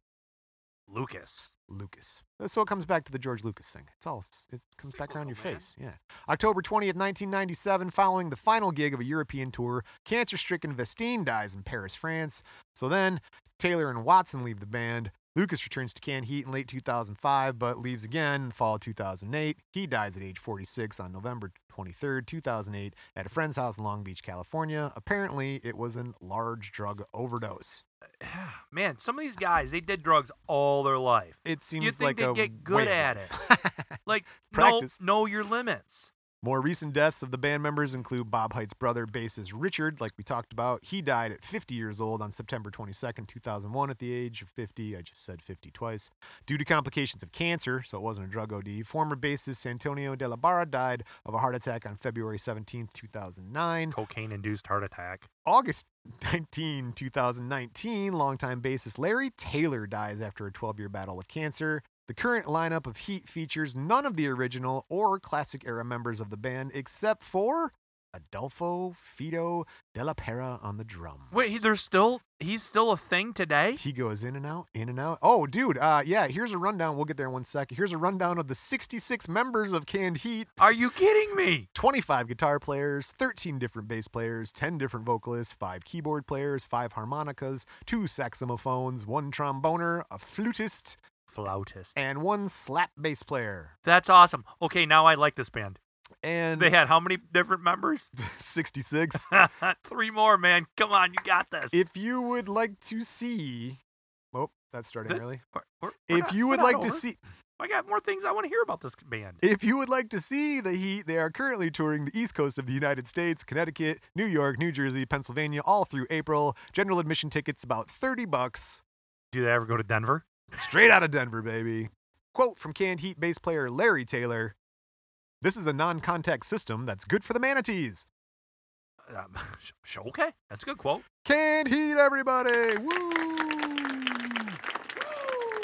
[SPEAKER 2] Lucas.
[SPEAKER 1] Lucas. So it comes back to the George Lucas thing. It's all it comes back around your
[SPEAKER 2] Cyclical, man.
[SPEAKER 1] face. Yeah. October 20th, 1997, following the final gig of a European tour, cancer-stricken Vestine dies in Paris, France. So then Taylor and Watson leave the band. Lucas returns to Can Heat in late 2005, but leaves again in fall 2008. He dies at age 46 on November 23rd, 2008, at a friend's house in Long Beach, California. Apparently, it was a large drug overdose.
[SPEAKER 2] Man, some of these guys, they did drugs all their life.
[SPEAKER 1] It seems
[SPEAKER 2] think
[SPEAKER 1] like
[SPEAKER 2] they'd
[SPEAKER 1] a
[SPEAKER 2] get good
[SPEAKER 1] way
[SPEAKER 2] at
[SPEAKER 1] of life.
[SPEAKER 2] Like,
[SPEAKER 1] Practice.
[SPEAKER 2] know know your limits.
[SPEAKER 1] More recent deaths of the band members include Bob Height's brother, bassist Richard, like we talked about. He died at 50 years old on September 22nd, 2001, at the age of 50. I just said 50 twice. Due to complications of cancer, so it wasn't a drug OD, former bassist Antonio De La Barra died of a heart attack on February 17th, 2009.
[SPEAKER 2] Cocaine induced heart attack.
[SPEAKER 1] August 19, 2019, longtime bassist Larry Taylor dies after a 12 year battle with cancer. The current lineup of Heat features none of the original or classic era members of the band except for Adolfo Fido della Pera on the drums.
[SPEAKER 2] Wait, he- there's still he's still a thing today.
[SPEAKER 1] He goes in and out, in and out. Oh, dude, uh, yeah, here's a rundown. We'll get there in one second. Here's a rundown of the 66 members of Canned Heat.
[SPEAKER 2] Are you kidding me?
[SPEAKER 1] 25 guitar players, 13 different bass players, 10 different vocalists, 5 keyboard players, 5 harmonicas, 2 saxophones, 1 tromboner, a flutist,
[SPEAKER 2] Flautist.
[SPEAKER 1] and 1 slap bass player.
[SPEAKER 2] That's awesome. Okay, now I like this band.
[SPEAKER 1] And
[SPEAKER 2] They had how many different members?
[SPEAKER 1] 66.
[SPEAKER 2] Three more, man. Come on, you got this.
[SPEAKER 1] If you would like to see. Oh, that's starting
[SPEAKER 2] Th-
[SPEAKER 1] early.
[SPEAKER 2] We're- we're- we're
[SPEAKER 1] If
[SPEAKER 2] not-
[SPEAKER 1] you
[SPEAKER 2] we're
[SPEAKER 1] would
[SPEAKER 2] not
[SPEAKER 1] like to
[SPEAKER 2] over.
[SPEAKER 1] see.
[SPEAKER 2] I got more things I want to hear about this band.
[SPEAKER 1] If you would like to see the Heat, they are currently touring the East Coast of the United States, Connecticut, New York, New Jersey, Pennsylvania, all through April. General admission tickets about 30 bucks.
[SPEAKER 2] Do they ever go to Denver?
[SPEAKER 1] Straight out of Denver, baby. Quote from canned Heat bass player Larry Taylor This is a non contact system that's good for the manatees.
[SPEAKER 2] Um, sh- sh- okay, that's a good quote.
[SPEAKER 1] Canned Heat, everybody! Woo!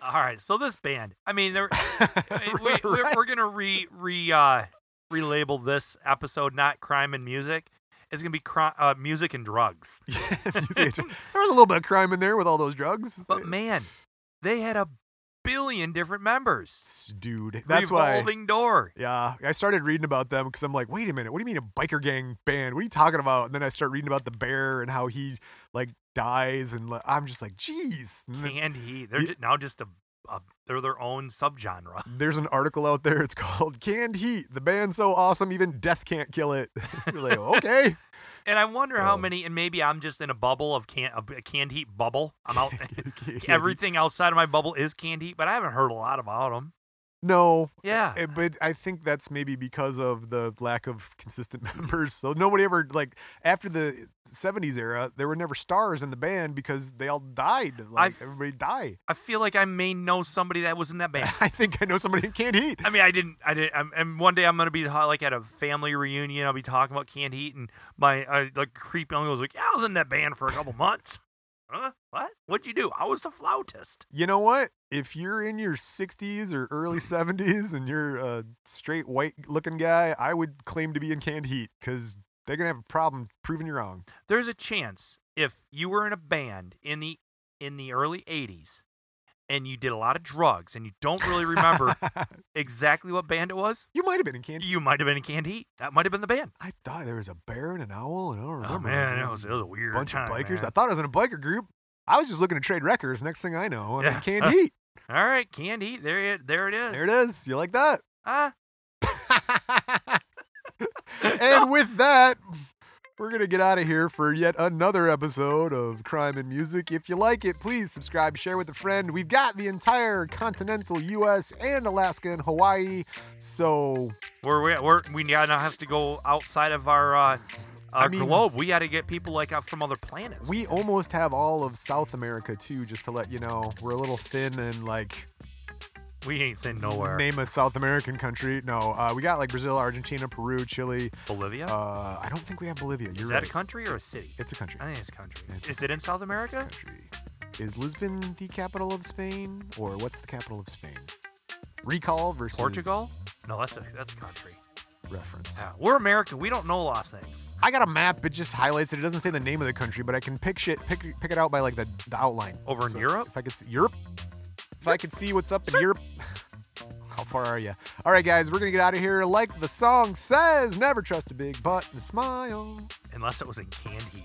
[SPEAKER 2] All right, so this band. I mean, they're, eh, we, we're,
[SPEAKER 1] Right.
[SPEAKER 2] we're gonna re re uh, relabel this episode not crime and music. It's gonna be cri- uh, music and drugs.
[SPEAKER 1] there was a little bit of crime in there with all those drugs.
[SPEAKER 2] But man, they had a billion different members.
[SPEAKER 1] Dude, that's why.
[SPEAKER 2] Revolving door.
[SPEAKER 1] Yeah, I started reading about them because I'm like, wait a minute, what do you mean a biker gang band? What are you talking about? And then I start reading about the bear and how he like dies, and like, I'm just like, geez. And then
[SPEAKER 2] Canned heat. They're
[SPEAKER 1] Yeah.
[SPEAKER 2] ju- now just a, a they're their own subgenre.
[SPEAKER 1] There's an article out there. It's called "Canned Heat." The band so awesome, even death can't kill it. You're like, okay,
[SPEAKER 2] And I wonder how
[SPEAKER 1] So-
[SPEAKER 2] many. And maybe I'm just in a bubble of can a, a canned heat bubble. I'm out.
[SPEAKER 1] Canned heat.
[SPEAKER 2] everything outside of my bubble is canned heat, but I haven't heard a lot about them.
[SPEAKER 1] no.
[SPEAKER 2] Yeah.
[SPEAKER 1] Eh, But I think that's maybe because of the lack of consistent members. So nobody ever like after the '70s era, there were never stars in the band because they all died. Like
[SPEAKER 2] I've-
[SPEAKER 1] everybody died.
[SPEAKER 2] I feel like I may know somebody that was in that band.
[SPEAKER 1] I think I know somebody who can't eat.
[SPEAKER 2] I mean, I didn't, I didn't, I'm, and one day I'm gonna be ho- like at a family reunion. I'll be talking about canned heat, and my uh, like creepy uncle was like, "Yeah, I was in that band for a couple months." Huh? What? What'd you do? I was the flautist.
[SPEAKER 1] You know what? If you're in your 60s or early 70s and you're a straight white looking guy, I would claim to be in canned heat because they're going to have a problem proving you wrong.
[SPEAKER 2] There's a chance if you were in a band in the in the early '80s and you did a lot of drugs and you don't really remember exactly what band it was,
[SPEAKER 1] You might have been in canned heat.
[SPEAKER 2] you might have been in canned heat. That might have been the band.
[SPEAKER 1] I thought there was a bear and an owl, and I don't remember.
[SPEAKER 2] Oh man, it was, it was a
[SPEAKER 1] a
[SPEAKER 2] weird
[SPEAKER 1] bunch
[SPEAKER 2] time,
[SPEAKER 1] of bikers.
[SPEAKER 2] man.
[SPEAKER 1] I thought I was in a biker group. I was just looking to trade records. Next thing I know, I'm
[SPEAKER 2] Yeah.
[SPEAKER 1] in canned heat.
[SPEAKER 2] All right, canned heat. There it, there it is.
[SPEAKER 1] There it is. You like that?
[SPEAKER 2] Ah,
[SPEAKER 1] and with that, we're going to get out of here for yet another episode of Crime and Music. If you like it, please subscribe, share with a friend. We've got the entire continental U.S. and Alaska and Hawaii. So,
[SPEAKER 2] we're we- we're we now have to go outside of our uh, our
[SPEAKER 1] mean-
[SPEAKER 2] globe. We got to get people like out from other planets.
[SPEAKER 1] we almost have all of South America, too, just to let you know. We're a little thin and like.
[SPEAKER 2] we ain't thin nowhere.
[SPEAKER 1] Name a South American country. No, uh, we got like Brazil, Argentina, Peru, Chile.
[SPEAKER 2] Bolivia
[SPEAKER 1] Uh, I don't think we have Bolivia. You're
[SPEAKER 2] is
[SPEAKER 1] right.
[SPEAKER 2] that a country or a city?
[SPEAKER 1] it's a country.
[SPEAKER 2] I think it's a country.
[SPEAKER 1] It's-
[SPEAKER 2] Is it in South America?
[SPEAKER 1] country. Is Lisbon the capital of Spain, or what's the capital of Spain? Recall versus
[SPEAKER 2] Portugal? No, that's a that's a country.
[SPEAKER 1] reference.
[SPEAKER 2] Yeah, we're American. We don't know a lot of things.
[SPEAKER 1] I got a map. It just highlights it. It doesn't say the name of the country, but I can pick shit, pick, pick it out by like the, the outline.
[SPEAKER 2] Over in
[SPEAKER 1] So
[SPEAKER 2] Europe?
[SPEAKER 1] if I could see Europe, if I could see what's up in Europe. How far are you? All right, guys, we're gonna get out of here. Like the song says, never trust a big butt and a smile.
[SPEAKER 2] Unless it was in canned heat.